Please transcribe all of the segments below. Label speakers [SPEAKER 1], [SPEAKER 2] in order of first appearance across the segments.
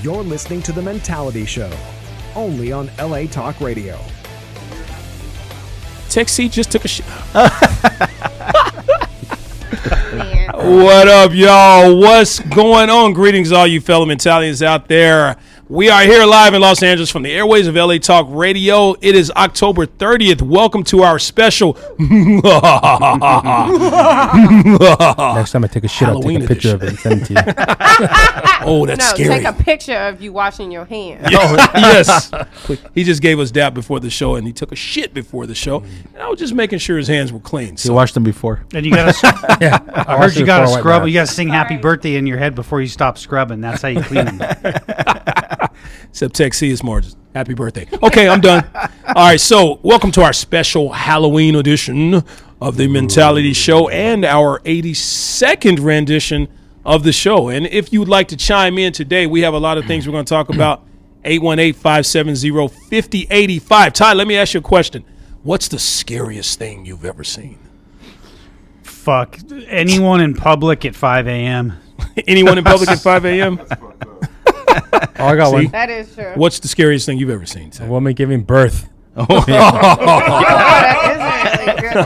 [SPEAKER 1] You're listening to The Mentality Show, only on LA Talk Radio.
[SPEAKER 2] Texie just took a shit.
[SPEAKER 3] Man.
[SPEAKER 2] What up, y'all? What's going on? Greetings, all you fellow Mentalians out there. We are here live in Los Angeles from the airways of LA Talk Radio. It is October 30th. Welcome to our special Oh,
[SPEAKER 4] Next time I take a shit, I'll
[SPEAKER 2] Halloween
[SPEAKER 4] take a picture of it and send it to you.
[SPEAKER 2] Oh, that's
[SPEAKER 3] No,
[SPEAKER 2] scary. Oh,
[SPEAKER 3] take a picture of you washing your hands.
[SPEAKER 2] yes. He just gave us dap before the show and he took a shit before the show. And I was just making sure his hands were clean.
[SPEAKER 4] You
[SPEAKER 2] So
[SPEAKER 4] watched them before.
[SPEAKER 5] And you gotta, s-
[SPEAKER 4] Yeah,
[SPEAKER 5] I heard you gotta scrub. You gotta sing "Happy Birthday" in your head before you stop scrubbing. That's how you clean them.
[SPEAKER 2] except Tech C is margins. Happy birthday. Okay, I'm done. All right, so welcome to our special Halloween edition of the Mentality Show and our 82nd rendition of the show. And if you'd like to chime in today, we have a lot of things we're going to talk about. 818 570 5085. Ty, let me ask you a question. What's the scariest thing you've ever seen?
[SPEAKER 5] Fuck anyone in public at 5 a.m.
[SPEAKER 2] Anyone in public at 5 a.m.?
[SPEAKER 4] Oh, I got
[SPEAKER 2] See?
[SPEAKER 4] one.
[SPEAKER 3] That is true.
[SPEAKER 2] What's the scariest thing you've ever seen?
[SPEAKER 4] A
[SPEAKER 2] Ted?
[SPEAKER 4] woman giving birth.
[SPEAKER 3] Oh, that is a really good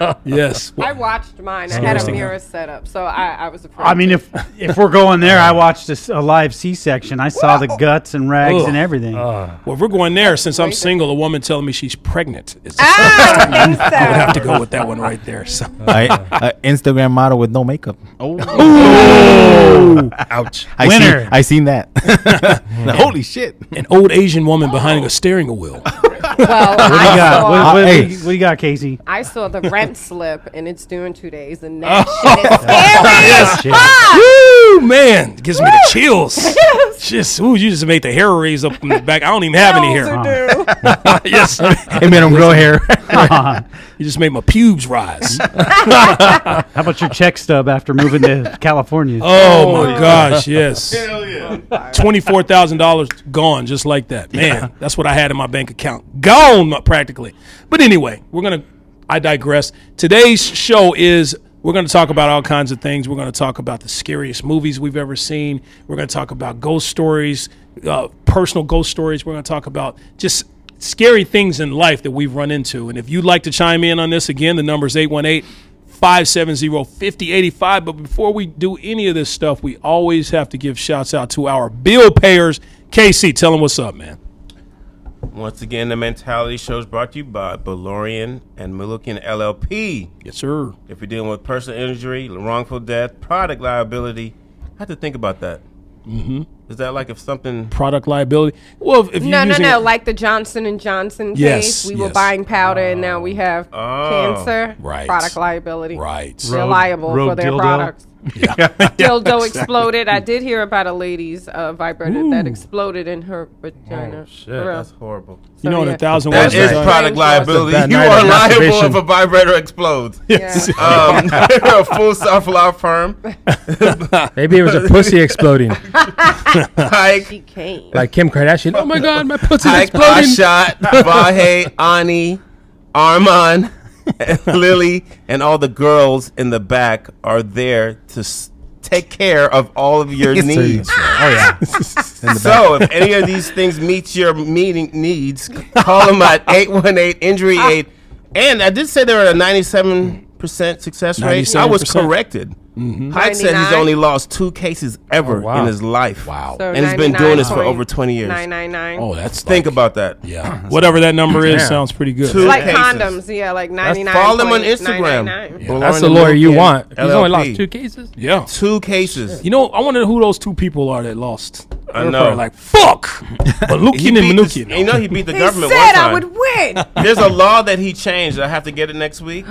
[SPEAKER 3] one.
[SPEAKER 2] Yes.
[SPEAKER 3] I watched mine. I had a
[SPEAKER 2] Seriously.
[SPEAKER 3] mirror set up, so I, I was afraid.
[SPEAKER 5] I mean, if if we're going there, I watched a, s- a live C-section. I saw the guts and rags and
[SPEAKER 2] Ugh. Uh.
[SPEAKER 5] everything.
[SPEAKER 2] Well, if we're going there, since I'm single, a woman telling me she's pregnant. It's
[SPEAKER 3] Ah! I don't think so.
[SPEAKER 2] I would have to go with that one right there. So.
[SPEAKER 6] I, a Instagram model with no makeup.
[SPEAKER 4] Ouch.
[SPEAKER 6] I
[SPEAKER 5] Winner.
[SPEAKER 6] Seen, I seen that. Holy shit!
[SPEAKER 2] An old Asian woman behind a steering wheel.
[SPEAKER 3] well,
[SPEAKER 5] What do
[SPEAKER 3] I
[SPEAKER 5] you got?
[SPEAKER 3] saw,
[SPEAKER 5] What- what- what
[SPEAKER 6] Hey.
[SPEAKER 5] do you- what do you got, Casey?
[SPEAKER 3] I saw the rent slip, and it's due in two days, and that
[SPEAKER 5] Oh.
[SPEAKER 3] shit is scary. as
[SPEAKER 5] shit.
[SPEAKER 3] fuck.
[SPEAKER 2] Woo, man. It gives me the chills. Just, ooh, you just made the hair raise up in the back. I don't even have any hair.
[SPEAKER 3] Bills are due.
[SPEAKER 2] yes. man.
[SPEAKER 6] It made him grow hair.
[SPEAKER 2] You just made my pubes rise.
[SPEAKER 5] How about your check stub after moving to California?
[SPEAKER 2] Oh, my gosh, yes. Twenty-four thousand dollars gone, just like that. Man, that's what I had in my bank account. Gone uh, practically. But anyway, we're gonna. I digress. Today's show is. We're going to talk about all kinds of things. We're going to talk about the scariest movies we've ever seen. We're going to talk about ghost stories, uh, personal ghost stories. We're going to talk about just scary things in life that we've run into. And if you'd like to chime in on this again, the number is 818 570-5085 but before we do any of this stuff we always have to give shouts out to our bill payers kc tell them what's up man
[SPEAKER 7] Once again, the Mentality Show is brought to you by Balorian and Malukian LLP.
[SPEAKER 2] yes sir
[SPEAKER 7] If you're dealing with personal injury, wrongful death, product liability, I had to think about that. Mm-hmm. Is that like if something?
[SPEAKER 2] product liability well if, if
[SPEAKER 3] No,
[SPEAKER 2] you're
[SPEAKER 3] no,
[SPEAKER 2] using
[SPEAKER 3] no. Like the Johnson and Johnson case,
[SPEAKER 2] Yes,
[SPEAKER 3] we
[SPEAKER 2] yes.
[SPEAKER 3] were buying powder, and now we have
[SPEAKER 7] Oh,
[SPEAKER 3] cancer.
[SPEAKER 2] right.
[SPEAKER 3] Product liability.
[SPEAKER 2] right
[SPEAKER 3] They're
[SPEAKER 5] Rogue-
[SPEAKER 3] liable for
[SPEAKER 5] rogue
[SPEAKER 3] their
[SPEAKER 5] dildo?
[SPEAKER 3] products. dildo exploded. I did hear about a lady's uh, vibrator that exploded in her vagina. For real.
[SPEAKER 7] That's horrible.
[SPEAKER 2] you know in
[SPEAKER 3] yeah.
[SPEAKER 2] a thousand
[SPEAKER 7] That
[SPEAKER 2] ways
[SPEAKER 7] is
[SPEAKER 2] to die.
[SPEAKER 3] pro-
[SPEAKER 7] product liability.
[SPEAKER 4] That's a bad
[SPEAKER 7] You
[SPEAKER 4] night
[SPEAKER 7] are
[SPEAKER 4] of
[SPEAKER 7] liable
[SPEAKER 4] masturbation.
[SPEAKER 7] if a vibrator explodes.
[SPEAKER 3] Yeah.
[SPEAKER 7] Um, we're a full self law firm.
[SPEAKER 4] Maybe it was a pussy exploding,
[SPEAKER 7] Hike,
[SPEAKER 3] She came.
[SPEAKER 4] like Kim Kardashian. Oh my god, my pussy
[SPEAKER 7] Hike,
[SPEAKER 4] exploding.
[SPEAKER 7] Ashot, Vahe, Ani, Arman, Lily, and all the girls in the back are there to s- take care of all of your needs.
[SPEAKER 4] Oh yeah.
[SPEAKER 7] So if any of these things meet your meeting needs, call them at 818 Injury Aid. And I did say they're at a 97% success rate. I was
[SPEAKER 2] 97%.
[SPEAKER 7] corrected. Hyde said he's
[SPEAKER 3] 99?
[SPEAKER 7] only lost two cases ever
[SPEAKER 4] Oh, wow.
[SPEAKER 7] in his life.
[SPEAKER 2] Mm-hmm. wow
[SPEAKER 3] So
[SPEAKER 7] And he's been doing this for over 20 years.
[SPEAKER 3] Nine nine nine.
[SPEAKER 2] oh that's
[SPEAKER 7] Think
[SPEAKER 2] like-
[SPEAKER 7] about that.
[SPEAKER 2] yeah whatever that number is
[SPEAKER 4] Yeah.
[SPEAKER 2] sounds pretty good
[SPEAKER 7] Two-
[SPEAKER 3] Like
[SPEAKER 7] cases.
[SPEAKER 3] condoms, yeah, like ninety nine.
[SPEAKER 7] Follow him on Instagram. Lauren
[SPEAKER 4] That's the lawyer you
[SPEAKER 7] Milken,
[SPEAKER 4] want. He's only
[SPEAKER 7] LLP.
[SPEAKER 4] lost two cases.
[SPEAKER 2] yeah
[SPEAKER 7] Two cases.
[SPEAKER 2] you know i wonder who those two people are that lost
[SPEAKER 7] I
[SPEAKER 2] They're
[SPEAKER 7] know.
[SPEAKER 2] probably like fuck
[SPEAKER 7] He
[SPEAKER 2] malukian
[SPEAKER 7] beat
[SPEAKER 2] and
[SPEAKER 7] the- you
[SPEAKER 2] manukian
[SPEAKER 7] know he beat the
[SPEAKER 3] He
[SPEAKER 7] government
[SPEAKER 3] said I
[SPEAKER 7] one time.
[SPEAKER 3] would win.
[SPEAKER 7] There's a law that he changed. I have to get it next week.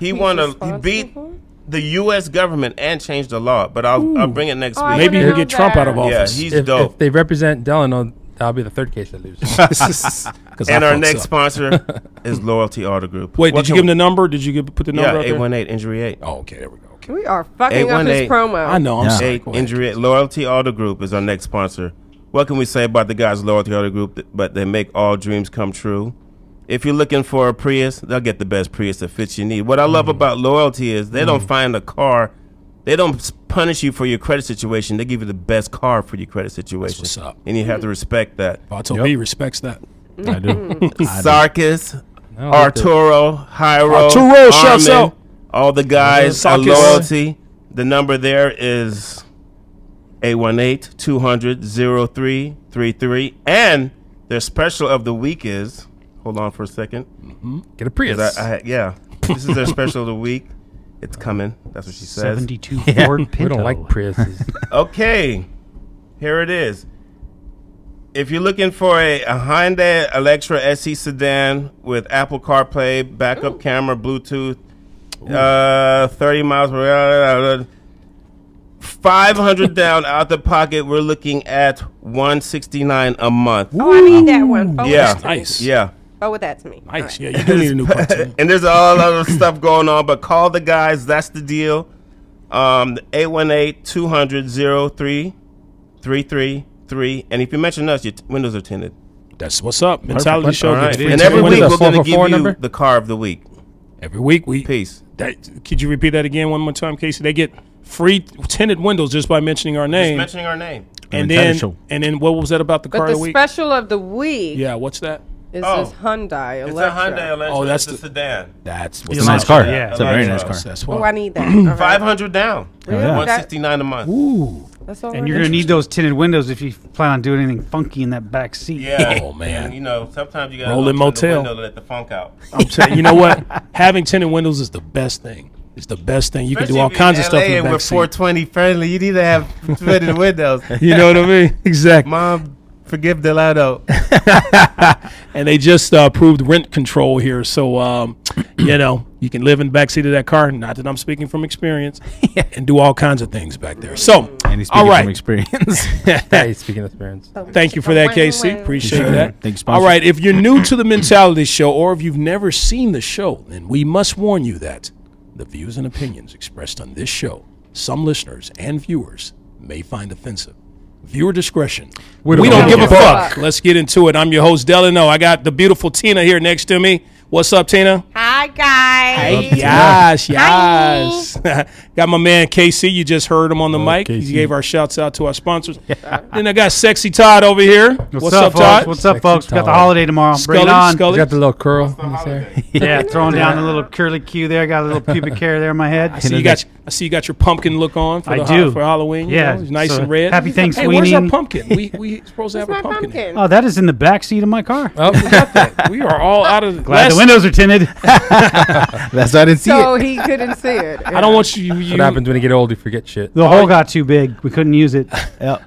[SPEAKER 7] He won a he
[SPEAKER 3] responsible
[SPEAKER 7] beat
[SPEAKER 3] for it?
[SPEAKER 7] the U.S. government and changed the law, but I'll I'll bring it next
[SPEAKER 3] Oh, I
[SPEAKER 7] week.
[SPEAKER 2] maybe
[SPEAKER 3] wanna
[SPEAKER 2] he'll
[SPEAKER 3] know
[SPEAKER 2] get trump out of
[SPEAKER 3] that.
[SPEAKER 7] yeah,
[SPEAKER 2] office
[SPEAKER 7] he's
[SPEAKER 4] If, if
[SPEAKER 7] dope.
[SPEAKER 4] they represent Delano, that'll be the third case they lose.
[SPEAKER 2] 'Cause I
[SPEAKER 7] and our
[SPEAKER 2] fucked
[SPEAKER 7] next
[SPEAKER 2] up.
[SPEAKER 7] sponsor is Loyalty Auto Group.
[SPEAKER 2] wait
[SPEAKER 7] What
[SPEAKER 2] did you
[SPEAKER 7] can-
[SPEAKER 2] give him the number did you give put the number
[SPEAKER 7] Yeah,
[SPEAKER 2] out
[SPEAKER 7] eight
[SPEAKER 2] there?
[SPEAKER 7] one eight injury eight.
[SPEAKER 2] Oh, okay there we go okay
[SPEAKER 3] We are fucking up his
[SPEAKER 7] 818.
[SPEAKER 3] promo.
[SPEAKER 2] i know i'm
[SPEAKER 6] Yeah.
[SPEAKER 2] sorry
[SPEAKER 7] Eight
[SPEAKER 2] Go ahead.
[SPEAKER 7] injury eight. Loyalty Auto Group is our next sponsor. What can we say about the guys at Loyalty Auto Group? th- But they make all dreams come true. If you're looking for a
[SPEAKER 2] Mm-hmm.
[SPEAKER 7] Prius, they'll get the best Prius that fits your need. What I love about Loyalty is they don't find a car They don't s- punish you for your credit situation. They give you the best card for your credit situation.
[SPEAKER 2] what's up.
[SPEAKER 7] And you have to respect that.
[SPEAKER 2] Vato
[SPEAKER 6] Yep.
[SPEAKER 2] B respects that.
[SPEAKER 6] I do.
[SPEAKER 7] Sarkis,
[SPEAKER 4] No, what the-
[SPEAKER 7] Arturo, Jairo,
[SPEAKER 2] Arturo shouts
[SPEAKER 7] Armin,
[SPEAKER 2] out.
[SPEAKER 7] all the guys
[SPEAKER 2] Yeah,
[SPEAKER 7] are
[SPEAKER 2] Sarkis.
[SPEAKER 7] loyalty. The number there is 818-200-0333. And their special of the week is, hold on for a second.
[SPEAKER 4] Get a Prius.
[SPEAKER 7] 'Cause I- I- yeah, this is their special of the week. It's coming. That's what she says.
[SPEAKER 5] Seventy-two Ford Pinto.
[SPEAKER 4] we don't like Priuses.
[SPEAKER 7] Okay, here it is. If you're looking for a, a Hyundai Electra SE sedan with Apple CarPlay, backup camera, Bluetooth, uh, 30 miles per hour, 500 down out the pocket, we're looking at 169 a month.
[SPEAKER 3] Oh, I need that one. Forward
[SPEAKER 7] Yeah.
[SPEAKER 3] that to me.
[SPEAKER 2] Nice.
[SPEAKER 7] Yeah.
[SPEAKER 3] Forward that to Oh, me. All
[SPEAKER 2] Nice.
[SPEAKER 3] right.
[SPEAKER 2] Yeah, you do need a new car too.
[SPEAKER 7] and there's a lot of stuff going on, but call the guys. That's the deal. Um, 818-200-0333. And if you mention us, your t- windows are tinted.
[SPEAKER 2] That's what's up. Mentality
[SPEAKER 6] Perfect.
[SPEAKER 2] show.
[SPEAKER 7] All right.
[SPEAKER 2] gets free
[SPEAKER 7] And
[SPEAKER 2] tickets.
[SPEAKER 7] every
[SPEAKER 4] What
[SPEAKER 7] week
[SPEAKER 4] is that,
[SPEAKER 7] we're going to
[SPEAKER 4] 444
[SPEAKER 7] give you
[SPEAKER 4] number?
[SPEAKER 7] the car of the week.
[SPEAKER 2] every week we
[SPEAKER 7] Peace.
[SPEAKER 2] That, could you repeat that again one more time, Casey? They get free tinted windows just by mentioning our name,
[SPEAKER 7] Mentioning our name.
[SPEAKER 2] and
[SPEAKER 6] Mentality
[SPEAKER 2] then
[SPEAKER 6] show.
[SPEAKER 2] and then what was that about the
[SPEAKER 3] But
[SPEAKER 2] car
[SPEAKER 3] the
[SPEAKER 2] of the week?
[SPEAKER 3] special of the week
[SPEAKER 2] Yeah, what's that?
[SPEAKER 3] is
[SPEAKER 7] Oh.
[SPEAKER 3] this Hyundai
[SPEAKER 7] It's
[SPEAKER 3] Electra.
[SPEAKER 7] a Hyundai Electra.
[SPEAKER 2] Oh, that's
[SPEAKER 7] it's a
[SPEAKER 2] the-
[SPEAKER 7] sedan.
[SPEAKER 2] That's
[SPEAKER 6] It's
[SPEAKER 2] what's
[SPEAKER 6] a nice
[SPEAKER 5] Yeah.
[SPEAKER 6] car.
[SPEAKER 5] Yeah.
[SPEAKER 6] It's a very nice car.
[SPEAKER 2] That's
[SPEAKER 3] Oh,
[SPEAKER 2] why.
[SPEAKER 3] I need that. All right.
[SPEAKER 7] 500 down.
[SPEAKER 3] Yeah.
[SPEAKER 7] 169 a month.
[SPEAKER 2] Ooh.
[SPEAKER 3] That's all
[SPEAKER 5] And
[SPEAKER 3] right.
[SPEAKER 5] you're gonna need those tinted windows if you plan on doing anything funky in that back seat.
[SPEAKER 7] Yeah.
[SPEAKER 2] Oh, man.
[SPEAKER 7] And, you know, sometimes you got to
[SPEAKER 2] Rolling
[SPEAKER 7] open
[SPEAKER 2] motel.
[SPEAKER 7] the window to let the funk out.
[SPEAKER 2] I'm telling you know what? Having tinted windows is the best thing. It's the best thing. You can do all kinds of stuff in the
[SPEAKER 7] we're
[SPEAKER 2] back seat.
[SPEAKER 7] 420 friendly. You need to have tinted windows.
[SPEAKER 2] You know what I mean? Exactly.
[SPEAKER 7] Mom, forgive Delano.
[SPEAKER 2] and they just uh, approved rent control here. So, um, you know, you can live in the backseat of that car. Not that I'm speaking from experience, and do all kinds of things back there. So,
[SPEAKER 6] And he's
[SPEAKER 2] all
[SPEAKER 6] speaking from
[SPEAKER 2] right.
[SPEAKER 6] experience.
[SPEAKER 4] hey, speaking of parents.
[SPEAKER 2] Thank you for that,
[SPEAKER 3] Wow,
[SPEAKER 2] Casey.
[SPEAKER 3] wow.
[SPEAKER 2] Appreciate
[SPEAKER 6] Sure.
[SPEAKER 2] that.
[SPEAKER 6] Thanks, sponsor.
[SPEAKER 2] All right. If you're new to the Mentality Show or if you've never seen the show, then we must warn you that the views and opinions expressed on this show, some listeners and viewers may find offensive. Viewer discretion. We don't, give a fuck. Let's get into it. I'm your host, Delano. I got the beautiful Tina here next to me. What's up, Tina?
[SPEAKER 3] Hi guys.
[SPEAKER 2] Yes, yes. got my man KC. You just heard him on
[SPEAKER 5] Oh,
[SPEAKER 2] the mic.
[SPEAKER 4] KC.
[SPEAKER 2] He gave our shouts out to our sponsors. then I got sexy Todd over here. What's, up,
[SPEAKER 5] folks?
[SPEAKER 2] Todd?
[SPEAKER 5] What's up,
[SPEAKER 4] Sexy
[SPEAKER 5] folks? We got the
[SPEAKER 4] Todd.
[SPEAKER 5] holiday tomorrow. Bring it on.
[SPEAKER 4] You got the little curl. in his hair.
[SPEAKER 5] Yeah, throwing down a little curly Q there. Got a little pubic hair there in my head.
[SPEAKER 2] So you got, I see you got your pumpkin look on for,
[SPEAKER 5] I
[SPEAKER 2] the,
[SPEAKER 5] do.
[SPEAKER 2] for Halloween. you
[SPEAKER 5] Yeah,
[SPEAKER 2] know, it's nice
[SPEAKER 5] so
[SPEAKER 2] and red.
[SPEAKER 5] happy
[SPEAKER 2] Hey, where's our
[SPEAKER 5] Thanksgiving.
[SPEAKER 2] pumpkin? We we supposed to have
[SPEAKER 3] My
[SPEAKER 2] a pumpkin.
[SPEAKER 3] pumpkin.
[SPEAKER 5] Oh, that is in the back seat of my car.
[SPEAKER 4] Oh, we got that.
[SPEAKER 2] We are all out of
[SPEAKER 5] Glad
[SPEAKER 2] last-
[SPEAKER 5] the windows are tinted.
[SPEAKER 6] That's why I didn't see
[SPEAKER 3] So
[SPEAKER 6] it.
[SPEAKER 3] he couldn't see it.
[SPEAKER 2] I don't want you. you
[SPEAKER 4] What happens when you get old? You forget shit.
[SPEAKER 5] The hole got too big. We couldn't use it.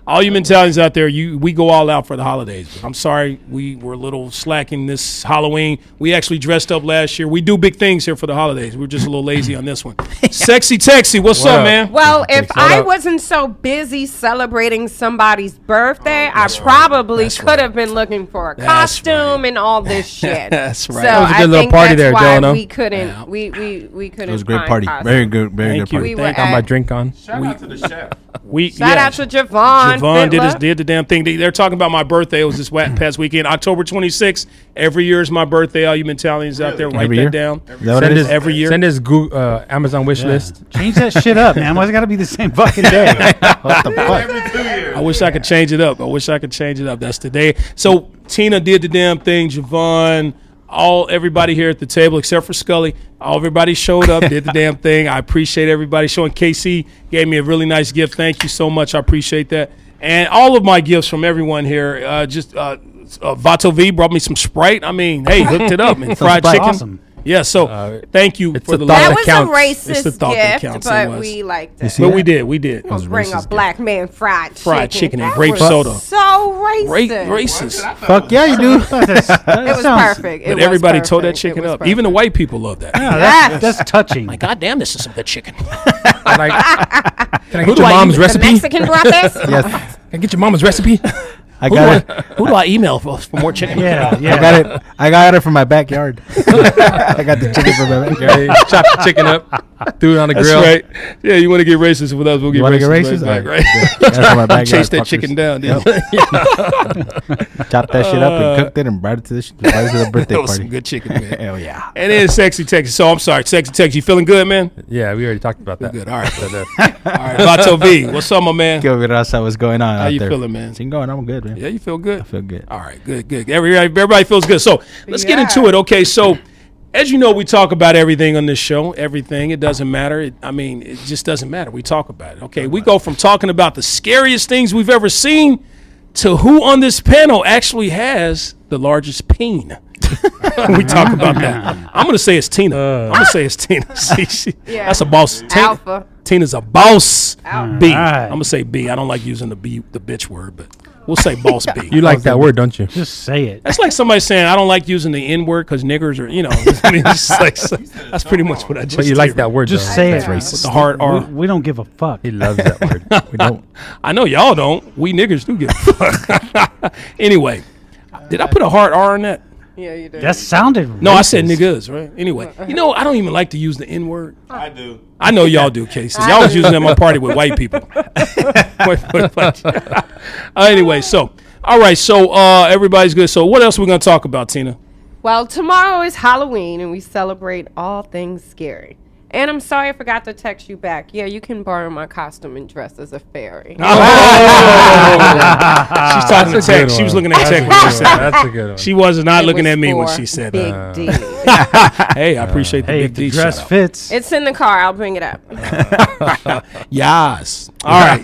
[SPEAKER 2] all you mentalities out there, you we go all out for the holidays. I'm sorry, we were a little slacking this Halloween. We actually dressed up last year. We do big things here for the holidays. We We're just a little lazy on this one. Sexy Texy, what's
[SPEAKER 4] Wow.
[SPEAKER 2] up, man?
[SPEAKER 3] Well, if
[SPEAKER 4] Shout
[SPEAKER 3] I
[SPEAKER 4] out.
[SPEAKER 3] wasn't so busy celebrating somebody's birthday, I probably could have been looking for a costume and all this shit.
[SPEAKER 2] That's right.
[SPEAKER 3] So
[SPEAKER 2] That
[SPEAKER 4] was a
[SPEAKER 3] I
[SPEAKER 4] good little
[SPEAKER 3] think
[SPEAKER 4] party
[SPEAKER 3] that's
[SPEAKER 4] there,
[SPEAKER 3] why
[SPEAKER 4] Delano.
[SPEAKER 3] we couldn't. We we we couldn't.
[SPEAKER 6] It was a great
[SPEAKER 3] find
[SPEAKER 6] party.
[SPEAKER 3] costumes.
[SPEAKER 6] Very good, very
[SPEAKER 2] Thank
[SPEAKER 6] good party.
[SPEAKER 3] We
[SPEAKER 2] you.
[SPEAKER 3] were
[SPEAKER 2] Thank
[SPEAKER 4] Got
[SPEAKER 3] at,
[SPEAKER 4] my drink on.
[SPEAKER 7] Shout out to the chef.
[SPEAKER 2] We
[SPEAKER 3] Shout
[SPEAKER 2] yeah.
[SPEAKER 3] out to Javon.
[SPEAKER 2] Javon did, his,
[SPEAKER 3] Fitla.
[SPEAKER 2] did the damn thing. They, they're talking about my birthday. It was this wa- past weekend, October 26th. Every year is my birthday. All you mentalities out there, write
[SPEAKER 6] Every
[SPEAKER 2] that
[SPEAKER 6] year?
[SPEAKER 2] down.
[SPEAKER 6] Is that what it
[SPEAKER 4] Send
[SPEAKER 6] is?
[SPEAKER 4] his
[SPEAKER 2] Every year.
[SPEAKER 4] Send his Goo- uh, Amazon wish list.
[SPEAKER 5] Change that shit up, man. Why's it got to be the same fucking day?
[SPEAKER 6] What the fuck?
[SPEAKER 2] I wish I could change it up. I wish I could change it up. That's today. So Tina did the damn thing. Javon, all everybody here at the table except for Scully, all everybody showed up, did the damn thing. I appreciate everybody showing. KC gave me a really nice gift. Thank you so much. I appreciate that. And all of my gifts from everyone here. Uh, just uh, uh, Vato V brought me some Sprite. I mean, hey, hooked it up and fried
[SPEAKER 5] Sprite.
[SPEAKER 2] chicken.
[SPEAKER 5] Awesome.
[SPEAKER 2] Yeah. So thank you for
[SPEAKER 4] Uh,
[SPEAKER 2] the
[SPEAKER 4] a thought
[SPEAKER 2] love.
[SPEAKER 3] That
[SPEAKER 4] that
[SPEAKER 3] was
[SPEAKER 4] counts.
[SPEAKER 3] a
[SPEAKER 2] It's the
[SPEAKER 3] racist
[SPEAKER 2] thought that
[SPEAKER 3] gift,
[SPEAKER 2] counts, it
[SPEAKER 3] but
[SPEAKER 2] was.
[SPEAKER 3] we liked
[SPEAKER 6] You
[SPEAKER 3] it.
[SPEAKER 6] see
[SPEAKER 2] But
[SPEAKER 6] that?
[SPEAKER 2] we did. We did.
[SPEAKER 3] Don't bring a
[SPEAKER 6] racist
[SPEAKER 3] black man fried chicken.
[SPEAKER 2] Fried chicken and
[SPEAKER 3] That
[SPEAKER 2] grape
[SPEAKER 3] was
[SPEAKER 2] soda.
[SPEAKER 3] So racist.
[SPEAKER 2] Great racist.
[SPEAKER 6] Fuck yeah, you do.
[SPEAKER 5] That
[SPEAKER 3] It was
[SPEAKER 5] sounds-
[SPEAKER 3] perfect. It
[SPEAKER 2] But
[SPEAKER 3] was
[SPEAKER 2] everybody tore that
[SPEAKER 3] perfect. It
[SPEAKER 2] chicken
[SPEAKER 3] was
[SPEAKER 2] up. Even the
[SPEAKER 3] perfect.
[SPEAKER 2] white people love that.
[SPEAKER 5] Yeah, that's,
[SPEAKER 3] Yes.
[SPEAKER 5] that's touching.
[SPEAKER 2] God damn, this is some good chicken.
[SPEAKER 4] I'm like, can I get
[SPEAKER 2] do
[SPEAKER 4] your
[SPEAKER 2] I use?
[SPEAKER 4] mom's
[SPEAKER 3] the
[SPEAKER 4] recipe? Can
[SPEAKER 3] Mexican brought this.
[SPEAKER 6] Yes.
[SPEAKER 4] I get your mom's recipe?
[SPEAKER 6] I got it.
[SPEAKER 2] Who do I email for, for more chicken?
[SPEAKER 5] Yeah,
[SPEAKER 6] I
[SPEAKER 5] yeah.
[SPEAKER 6] got it. I got it from my backyard. I got the chicken from my backyard.
[SPEAKER 4] Chop the chicken up. Threw it on the
[SPEAKER 2] That's
[SPEAKER 4] grill.
[SPEAKER 2] right. Yeah, you want to get racist with us? We'll get
[SPEAKER 6] You want to
[SPEAKER 2] racist,
[SPEAKER 6] get racist?
[SPEAKER 2] Right, back,
[SPEAKER 6] All
[SPEAKER 2] right?
[SPEAKER 6] That's all my backyard,
[SPEAKER 2] Chase that
[SPEAKER 6] fuckers.
[SPEAKER 2] chicken down. dude.
[SPEAKER 6] Chopped that shit up and cooked it and brought it to the, sh- brought it to the birthday
[SPEAKER 2] Uh, that was some
[SPEAKER 6] party.
[SPEAKER 2] good chicken, man.
[SPEAKER 6] Hell yeah.
[SPEAKER 2] And then sexy Texas. So I'm sorry, sexy Texas. You feeling good, man?
[SPEAKER 4] Yeah, we already talked about that.
[SPEAKER 2] Good. All right. All right. Vato V, what's up, my man?
[SPEAKER 6] Give it us what's going on
[SPEAKER 2] How
[SPEAKER 6] out
[SPEAKER 2] you
[SPEAKER 6] there. Uh,
[SPEAKER 2] feeling, man?
[SPEAKER 6] Sing going. I'm good, man.
[SPEAKER 2] Yeah, you feel good.
[SPEAKER 6] Feel good.
[SPEAKER 2] All right, good, good. Everybody, everybody feels good. So let's get
[SPEAKER 3] Yeah.
[SPEAKER 2] into it. Okay, so as you know, we talk about everything on this show. Everything. It doesn't matter. It, I mean, it just doesn't matter. We talk about it. Okay, we go from talking about the scariest things we've ever seen to who on this panel actually has the largest peen. we talk about that. I'm gonna say it's Tina. I'm gonna say it's Tina. See, she,
[SPEAKER 3] Yeah.
[SPEAKER 2] that's a boss. Tina-
[SPEAKER 3] Alpha.
[SPEAKER 2] Tina's a boss.
[SPEAKER 3] Alpha.
[SPEAKER 2] B.
[SPEAKER 5] Alright.
[SPEAKER 2] am gonna say B. I don't like using the B, the bitch word, but we'll say boss B.
[SPEAKER 4] You like that word, don't you?
[SPEAKER 5] Just say it.
[SPEAKER 2] That's like somebody saying I don't like using the N word because niggers are, you know. I mean, it's just like- that's pretty much what I just.
[SPEAKER 4] But you like that word,
[SPEAKER 5] Just
[SPEAKER 4] though.
[SPEAKER 5] say it.
[SPEAKER 2] with the hard
[SPEAKER 5] We,
[SPEAKER 2] R.
[SPEAKER 5] we don't give a fuck.
[SPEAKER 4] He loves that word. We don't.
[SPEAKER 2] I know y'all don't. We niggers do get. anyway, did I put a hard R in that?
[SPEAKER 3] Yeah, you do.
[SPEAKER 5] That sounded
[SPEAKER 2] No, I
[SPEAKER 5] racist.
[SPEAKER 2] said niggas, right? Anyway, you know I don't even like to use the N word.
[SPEAKER 7] I do.
[SPEAKER 2] I know y'all do, Casey. Y'all was using it at my party with white people. Wait, wait, wait. Uh, anyway, so all right, so uh, everybody's good. So what else we gonna talk about, Tina?
[SPEAKER 3] Well, tomorrow is Halloween and we celebrate all things scary. And I'm sorry I forgot to text you back. Yeah, you can borrow my costume and dress as a fairy. Oh.
[SPEAKER 2] She's talking to
[SPEAKER 4] That's a good
[SPEAKER 2] tech. She was
[SPEAKER 4] one.
[SPEAKER 2] looking at tech when she said that.
[SPEAKER 4] That's a good one.
[SPEAKER 2] She was not
[SPEAKER 3] It
[SPEAKER 2] looking
[SPEAKER 3] was
[SPEAKER 2] at me when
[SPEAKER 3] for
[SPEAKER 2] she said uh,
[SPEAKER 3] Big
[SPEAKER 2] that.
[SPEAKER 3] D.
[SPEAKER 2] Hey, I appreciate the
[SPEAKER 5] Hey,
[SPEAKER 2] big
[SPEAKER 5] if the
[SPEAKER 2] D
[SPEAKER 5] dress
[SPEAKER 2] shout out.
[SPEAKER 5] fits.
[SPEAKER 3] It's in the car. I'll bring it up.
[SPEAKER 2] Yes. All right.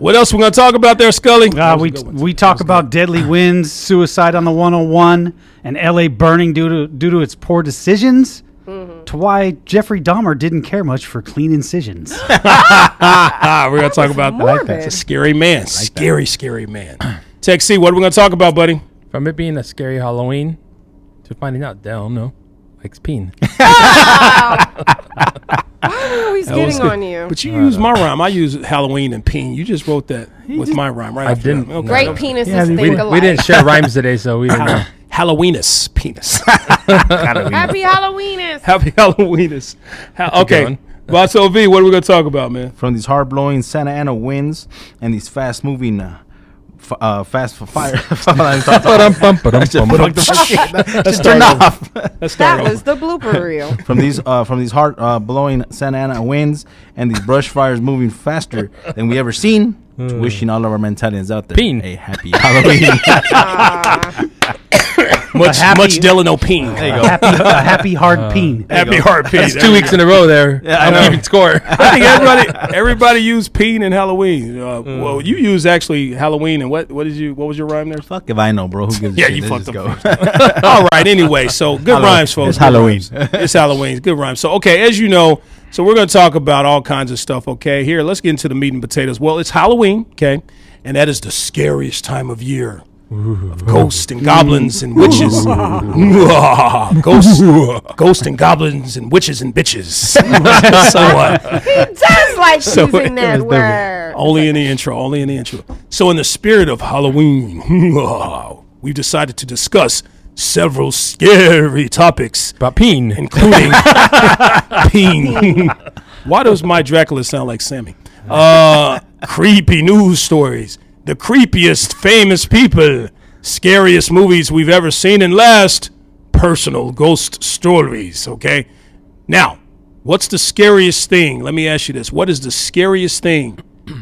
[SPEAKER 2] what else we gonna talk about there, Scully?
[SPEAKER 5] Uh, we we talk about deadly winds, suicide on the 101, and LA burning due to due to its poor decisions. To why Jeffrey Dahmer didn't care much for clean incisions.
[SPEAKER 2] ah, we're gonna talk about that.
[SPEAKER 3] Morbid.
[SPEAKER 2] It's a scary man. scary, scary man. Tech C, what are we gonna talk about, buddy?
[SPEAKER 4] From it being a scary Halloween to finding out, I don't know, likes peen.
[SPEAKER 3] Always getting on you.
[SPEAKER 2] But you use my rhyme. I use Halloween and peen. You just wrote that with my rhyme, right?
[SPEAKER 4] I
[SPEAKER 2] after
[SPEAKER 4] didn't.
[SPEAKER 2] that. Okay.
[SPEAKER 4] No.
[SPEAKER 3] Great
[SPEAKER 4] Yeah,
[SPEAKER 3] penises
[SPEAKER 5] we-
[SPEAKER 4] we,
[SPEAKER 3] think
[SPEAKER 4] we
[SPEAKER 3] alike.
[SPEAKER 4] didn't share rhymes today, so we didn't know.
[SPEAKER 2] Halloweenus penis.
[SPEAKER 3] Happy Halloween is.
[SPEAKER 2] Happy Halloweenus. Ha- okay.
[SPEAKER 4] one.
[SPEAKER 2] Vaso V, what are we gonna talk about, man?
[SPEAKER 6] From these hard blowing Santa Ana winds and these fast moving, uh, f- uh, fast for fire.
[SPEAKER 4] Ba-dum-bum-ba-dum-bum.
[SPEAKER 6] Just turn off.
[SPEAKER 2] Let's start
[SPEAKER 3] That
[SPEAKER 2] over.
[SPEAKER 3] was the blooper reel.
[SPEAKER 6] from these uh, from these hard uh, blowing Santa Ana winds and these brush fires moving faster than we ever seen.
[SPEAKER 2] Hmm.
[SPEAKER 6] To wishing all of our mentalians out there
[SPEAKER 4] Peen.
[SPEAKER 6] a happy Halloween.
[SPEAKER 2] much
[SPEAKER 5] happy-
[SPEAKER 2] much Delano peen.
[SPEAKER 6] there you go.
[SPEAKER 5] happy, a happy hard
[SPEAKER 2] Uh,
[SPEAKER 5] peen.
[SPEAKER 2] Happy heart peen.
[SPEAKER 4] It's two weeks in a row there.
[SPEAKER 6] I
[SPEAKER 4] I'm
[SPEAKER 6] know.
[SPEAKER 4] keeping score.
[SPEAKER 2] I think everybody everybody used peen in Halloween. Uh, Well, you used actually Halloween and what what did you what was your rhyme there?
[SPEAKER 6] Fuck if I know, bro. Who gives a
[SPEAKER 2] Yeah,
[SPEAKER 6] shit?
[SPEAKER 2] you
[SPEAKER 6] Let's
[SPEAKER 2] fucked
[SPEAKER 6] just
[SPEAKER 2] up
[SPEAKER 6] go.
[SPEAKER 2] All right. Anyway, so good rhymes, folks.
[SPEAKER 6] It's
[SPEAKER 2] Good
[SPEAKER 6] Halloween.
[SPEAKER 2] rhymes. it's Halloween. Good rhymes. So okay, as you know, so we're going to talk about all kinds of stuff. Okay, here let's get into the meat and potatoes. Well, it's Halloween. Okay, and that is the scariest time of year. Of ghosts and goblins and witches. ghosts, ghosts and goblins and witches and bitches. so, uh,
[SPEAKER 3] It does like
[SPEAKER 2] it Oh.
[SPEAKER 3] using that word.
[SPEAKER 2] only in the intro, only in the intro. So, in the spirit of Halloween, we've decided to discuss several scary topics,
[SPEAKER 4] But peen.
[SPEAKER 2] including peen. Why does my Dracula sound like Sammy? Uh, creepy news stories, the creepiest famous people, scariest movies we've ever seen, and last, personal ghost stories, okay? Now, what's the scariest thing? Let me ask you this. What is the scariest thing?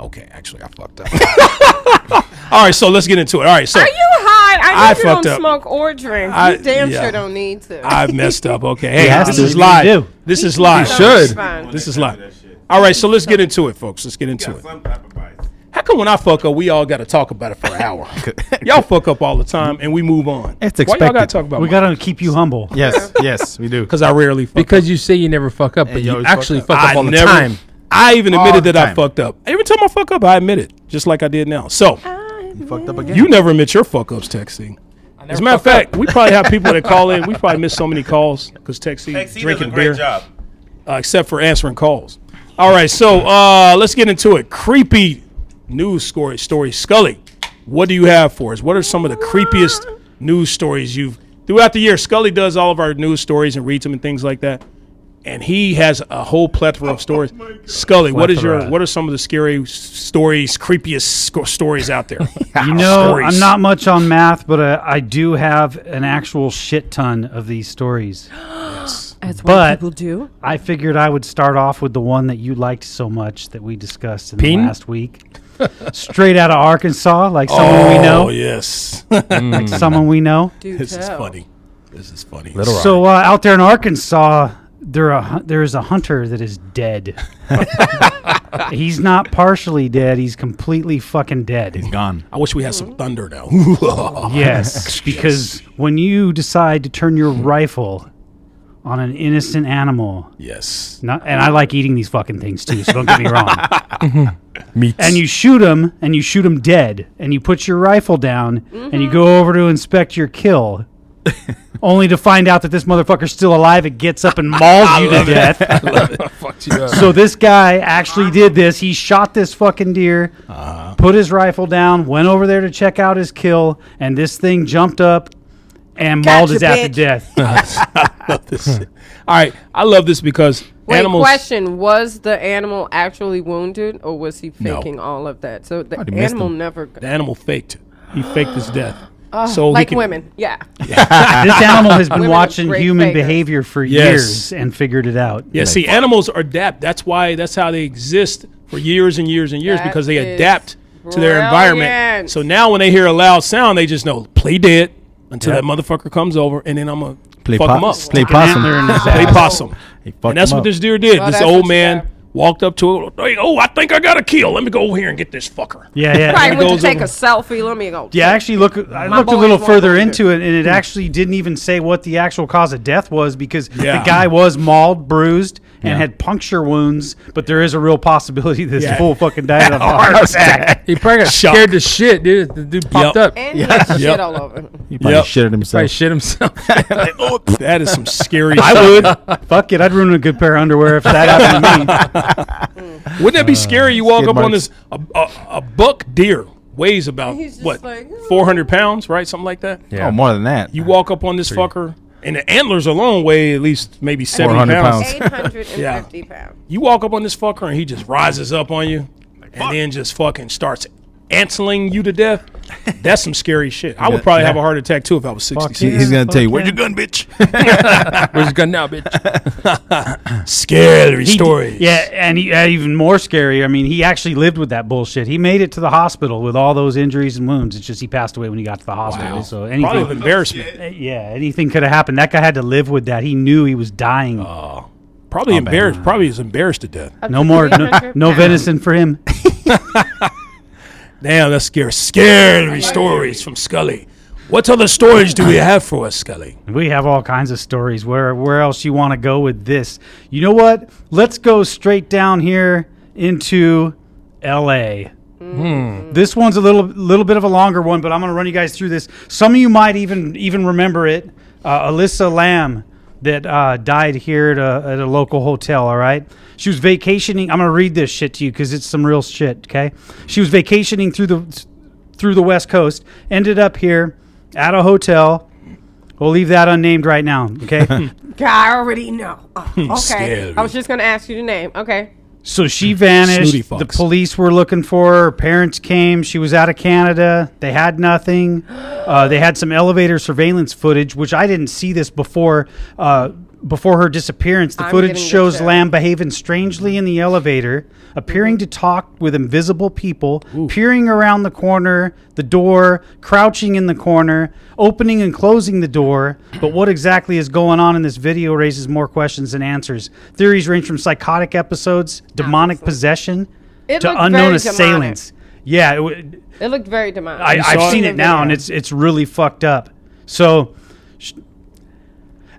[SPEAKER 2] okay, actually, I fucked up. All right, so let's get into it. All right, so
[SPEAKER 3] Are you high? I know
[SPEAKER 2] I
[SPEAKER 3] you don't
[SPEAKER 2] fucked up.
[SPEAKER 3] smoke or drink.
[SPEAKER 2] I-
[SPEAKER 3] you damn
[SPEAKER 2] yeah.
[SPEAKER 3] sure don't need to.
[SPEAKER 2] I messed up. Okay, hey,
[SPEAKER 6] has
[SPEAKER 2] this
[SPEAKER 6] to.
[SPEAKER 2] is
[SPEAKER 5] You do.
[SPEAKER 2] live. This is live.
[SPEAKER 3] So
[SPEAKER 4] should.
[SPEAKER 3] it's fine.
[SPEAKER 2] This is live. All right, so let's get into it, folks. Let's get into it.
[SPEAKER 7] Some type of bias.
[SPEAKER 2] How come when I fuck up, we all got to talk about it for an hour? y'all fuck up all the time, and we move on.
[SPEAKER 6] It's
[SPEAKER 2] Why y'all got to
[SPEAKER 6] expected.
[SPEAKER 2] talk about?
[SPEAKER 5] We gotta keep you humble.
[SPEAKER 6] yes, yes, we do.
[SPEAKER 2] because I rarely fuck up.
[SPEAKER 4] Because you say you never fuck up, but
[SPEAKER 6] you
[SPEAKER 4] you
[SPEAKER 6] always fuck
[SPEAKER 4] actually
[SPEAKER 6] up.
[SPEAKER 4] fuck up, all the time.
[SPEAKER 2] I even admitted
[SPEAKER 6] the
[SPEAKER 2] that I
[SPEAKER 6] time.
[SPEAKER 2] fucked up. Every time I fuck up, I admit it, just like I did now. So
[SPEAKER 6] You fucked up again.
[SPEAKER 2] you never admit your fuck ups, Texie. As a matter of fact, we probably have people that call in. We probably miss so many calls because
[SPEAKER 7] Tex,
[SPEAKER 2] Texie
[SPEAKER 7] he does a
[SPEAKER 2] drinking
[SPEAKER 7] great
[SPEAKER 2] beer.
[SPEAKER 7] job.
[SPEAKER 2] uh, except for answering calls. All right, so uh, let's get into it. Creepy news story, story. Scully, what do you have for us? What are some of the creepiest news stories you've throughout the year? Scully does all of our news stories and reads them and things like that. and he has a whole plethora of stories. Scully, what is your
[SPEAKER 4] Plethora.
[SPEAKER 2] what are some of the scary s- stories, creepiest sc- stories out there?
[SPEAKER 5] You know,
[SPEAKER 2] Stories.
[SPEAKER 5] I'm not much on math, but uh, I do have an actual shit ton of these stories.
[SPEAKER 3] As
[SPEAKER 5] But-
[SPEAKER 3] what people do.
[SPEAKER 5] I figured I would start off with the one that you liked so much that we discussed in
[SPEAKER 4] Peen?
[SPEAKER 5] the last week. Straight out of Arkansas, like someone we
[SPEAKER 2] Oh
[SPEAKER 5] know,
[SPEAKER 2] yes,
[SPEAKER 5] like someone we know.
[SPEAKER 3] Do
[SPEAKER 2] this is
[SPEAKER 3] tell.
[SPEAKER 2] funny. This is funny.
[SPEAKER 4] Little Rock.
[SPEAKER 5] So uh, out there in Arkansas, there a, hu- there is a hunter that is dead. he's not partially dead; he's completely fucking dead.
[SPEAKER 6] Gone.
[SPEAKER 2] I wish we had some thunder now.
[SPEAKER 5] Yes, because when you decide to turn your rifle on an innocent animal,
[SPEAKER 2] yes.
[SPEAKER 5] not, and I like eating these fucking things too, so don't get me wrong.
[SPEAKER 4] meats.
[SPEAKER 5] and you shoot him, and you shoot him dead, and you put your rifle down, and
[SPEAKER 3] Mm-hmm.
[SPEAKER 5] you go over to inspect your kill. only to find out that this motherfucker's still alive. It gets up and mauls you to death. So this guy actually did this. He shot this fucking deer,
[SPEAKER 2] Uh-huh.
[SPEAKER 5] put his rifle down, went over there to check out his kill, and this thing jumped up and mauled
[SPEAKER 3] Gotcha,
[SPEAKER 5] his ass to
[SPEAKER 3] bitch.
[SPEAKER 5] death.
[SPEAKER 2] This- All right, I love this because
[SPEAKER 3] Wait,
[SPEAKER 2] animals.
[SPEAKER 3] question: Was the animal actually wounded, or was he
[SPEAKER 2] No.
[SPEAKER 3] faking all of that? So the
[SPEAKER 6] Probably missed
[SPEAKER 3] animal
[SPEAKER 6] him.
[SPEAKER 3] never.
[SPEAKER 2] The animal faked. He faked his death. so he
[SPEAKER 3] Oh, like
[SPEAKER 2] can-
[SPEAKER 3] women, yeah.
[SPEAKER 5] this animal has been
[SPEAKER 3] Women are
[SPEAKER 5] watching
[SPEAKER 3] great
[SPEAKER 5] human
[SPEAKER 3] fakers.
[SPEAKER 5] behavior for
[SPEAKER 2] Yes.
[SPEAKER 5] years and figured it out.
[SPEAKER 2] Yeah, see, animals are adapt. That's why that's how they exist for years and years and years
[SPEAKER 3] That
[SPEAKER 2] because they
[SPEAKER 3] is
[SPEAKER 2] adapt to their environment.
[SPEAKER 3] brilliant.
[SPEAKER 2] So now when they hear a loud sound, they just know play dead until that motherfucker comes over, and then I'm gonna
[SPEAKER 6] Play,
[SPEAKER 2] fuck
[SPEAKER 6] po-
[SPEAKER 2] him up.
[SPEAKER 6] play possum.
[SPEAKER 5] Antler in his
[SPEAKER 2] Play
[SPEAKER 5] ass.
[SPEAKER 2] possum.
[SPEAKER 6] He fucked
[SPEAKER 2] And that's
[SPEAKER 6] him
[SPEAKER 2] what
[SPEAKER 6] up.
[SPEAKER 2] this deer did.
[SPEAKER 3] Oh,
[SPEAKER 2] this
[SPEAKER 3] that's
[SPEAKER 2] old
[SPEAKER 3] what you
[SPEAKER 2] man
[SPEAKER 3] got.
[SPEAKER 2] walked up to it. "Hey, Oh, I think I got a kill. Let me go over here and get this fucker.
[SPEAKER 5] Yeah, yeah.
[SPEAKER 3] Probably
[SPEAKER 2] it
[SPEAKER 3] went to
[SPEAKER 2] goes
[SPEAKER 3] take
[SPEAKER 2] over.
[SPEAKER 3] a selfie. Let me go.
[SPEAKER 5] Yeah, actually, look. I
[SPEAKER 3] My
[SPEAKER 5] looked a
[SPEAKER 3] boys
[SPEAKER 5] little
[SPEAKER 3] won't
[SPEAKER 5] further
[SPEAKER 3] believe it.
[SPEAKER 5] into it, and it actually didn't even say what the actual cause of death was because
[SPEAKER 2] Yeah.
[SPEAKER 5] the guy was mauled, bruised, and had puncture wounds. But there is a real possibility this
[SPEAKER 2] Yeah.
[SPEAKER 5] fool fucking died of a heart attack.
[SPEAKER 4] he probably got
[SPEAKER 2] Shock.
[SPEAKER 4] scared to shit, dude. The dude popped
[SPEAKER 2] Yep.
[SPEAKER 4] up.
[SPEAKER 3] and he had shit all over. him.
[SPEAKER 6] He probably
[SPEAKER 2] Yep.
[SPEAKER 6] shit at
[SPEAKER 4] Probably
[SPEAKER 6] himself.
[SPEAKER 4] shit himself.
[SPEAKER 2] Oh, That is some scary. stuff.
[SPEAKER 5] I would. Fuck it. I'd ruin a good pair of underwear if that happened to me.
[SPEAKER 2] Wouldn't
[SPEAKER 5] Uh,
[SPEAKER 2] that be scary? You walk
[SPEAKER 6] skid
[SPEAKER 2] up on
[SPEAKER 6] marks.
[SPEAKER 2] this a, a, a buck deer weighs about
[SPEAKER 3] He's just
[SPEAKER 2] what
[SPEAKER 3] like,
[SPEAKER 2] four hundred pounds, right? Something like that.
[SPEAKER 6] Oh, more than that.
[SPEAKER 2] You walk up on this fucker, and the antlers alone weigh at least maybe seventy
[SPEAKER 6] 400
[SPEAKER 2] pounds.
[SPEAKER 6] pounds.
[SPEAKER 3] 850 pounds.
[SPEAKER 2] You walk up on this fucker, and he just rises up on you, and then just fucking starts antling you to death. That's some scary shit. I would probably have a heart attack too if I was
[SPEAKER 6] He-
[SPEAKER 2] sixty.
[SPEAKER 6] he's gonna tell you
[SPEAKER 5] Fuck
[SPEAKER 6] where's
[SPEAKER 5] yeah.
[SPEAKER 6] your gun, bitch.
[SPEAKER 4] Where's his gun now, bitch?
[SPEAKER 2] Scary stories.
[SPEAKER 5] Yeah, and he, uh, even more scary. I mean, he actually lived with that bullshit. He made it to the hospital with all those injuries and wounds. It's just he passed away when he got to the hospital. So
[SPEAKER 2] Probably of
[SPEAKER 5] anything, uh,
[SPEAKER 2] embarrassment.
[SPEAKER 5] yeah, anything could have happened. That guy had to live with that. He knew he was dying.
[SPEAKER 2] Oh. Probably embarrassed. Probably is embarrassed to death.
[SPEAKER 5] No more, no,
[SPEAKER 3] 300
[SPEAKER 5] no
[SPEAKER 3] pounds.
[SPEAKER 5] venison for him.
[SPEAKER 2] Damn, that's scary. Scary stories from Scully. What other stories do we have for us, Scully?
[SPEAKER 5] We have all kinds of stories. Where where else you want to go with this? You know what? Let's go straight down here into L.A. This one's a little little bit of a longer one, but I'm going to run you guys through this. Some of you might even even remember it. Uh, Alyssa Lamb that uh, died here at a, at a local hotel. All right, she was vacationing. I'm going to read this shit to you because it's some real shit. Okay, she was vacationing through the through the West Coast. Ended up here at a hotel. We'll leave that unnamed right now. Okay.
[SPEAKER 3] God, I already know. Oh, okay.
[SPEAKER 2] Scary.
[SPEAKER 3] I was just going to ask you the name. Okay.
[SPEAKER 5] so she vanished.
[SPEAKER 2] Snooty
[SPEAKER 5] The
[SPEAKER 2] fox.
[SPEAKER 5] police were looking for her. Her parents came. She was out of Canada. They had nothing. Uh, they had some elevator surveillance footage, which I didn't see this before. Uh, before her disappearance, the
[SPEAKER 3] I'm
[SPEAKER 5] footage
[SPEAKER 3] getting the
[SPEAKER 5] shows
[SPEAKER 3] check.
[SPEAKER 5] Lamb behaving strangely in the elevator, appearing to talk with invisible people, peering around the corner, the door, crouching in the corner, opening and closing the door. But what exactly is going on in this video raises more questions than answers. Theories range from psychotic episodes, demonic possession,
[SPEAKER 3] It
[SPEAKER 5] to
[SPEAKER 3] looked
[SPEAKER 5] unknown
[SPEAKER 3] very
[SPEAKER 5] assailants. Yeah, it w-
[SPEAKER 3] It looked very demonic.
[SPEAKER 5] I, I've seen it now, and it's it's really fucked up. So, sh-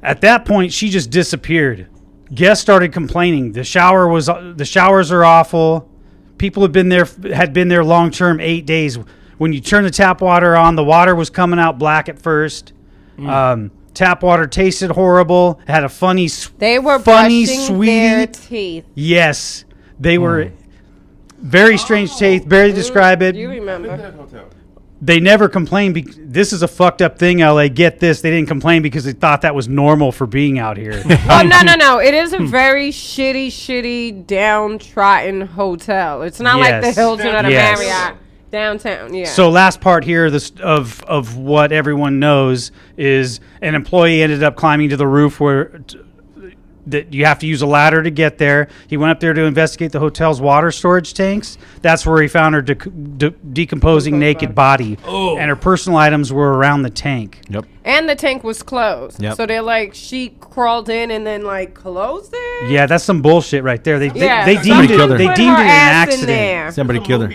[SPEAKER 5] at that point, she just disappeared. Guests started complaining. The shower was uh, the showers are awful. People had been there had been there long term eight days. When you turn the tap water on, the water was coming out black at first. Um, tap water tasted horrible. Had a funny, s-
[SPEAKER 3] They were
[SPEAKER 5] funny,
[SPEAKER 3] brushing their
[SPEAKER 5] sweet.
[SPEAKER 3] teeth.
[SPEAKER 5] Yes, they were very strange taste. Barely describe it.
[SPEAKER 3] You remember?
[SPEAKER 5] they never complained. Be- this is a fucked up thing, LA. Get this. They didn't complain because they thought that was normal for being out here.
[SPEAKER 3] Oh no no no! It
[SPEAKER 5] Hmm.
[SPEAKER 3] is a very shitty, shitty downtrodden hotel. It's not like the
[SPEAKER 5] Yes.
[SPEAKER 3] Hilton or the
[SPEAKER 5] Yes.
[SPEAKER 3] Marriott downtown. Yeah.
[SPEAKER 5] So last part here this, of of what everyone knows is an employee ended up climbing to the roof where t- that you have to use a ladder to get there. He went up there to investigate the hotel's water storage tanks. That's where he found her dec- de- decomposing naked body,
[SPEAKER 3] Oh.
[SPEAKER 5] and her personal items were around the tank.
[SPEAKER 6] Yep.
[SPEAKER 3] and the tank was closed.
[SPEAKER 6] Yep.
[SPEAKER 3] So they're like she crawled in and then like closed it.
[SPEAKER 5] Yeah, that's some bullshit right there. They they,
[SPEAKER 3] Yeah,
[SPEAKER 5] they
[SPEAKER 3] someone
[SPEAKER 5] deemed it
[SPEAKER 6] killed her.
[SPEAKER 5] they
[SPEAKER 3] put
[SPEAKER 5] deemed
[SPEAKER 3] her
[SPEAKER 5] it an
[SPEAKER 3] ass in
[SPEAKER 5] accident.
[SPEAKER 3] there.
[SPEAKER 6] Somebody killed her.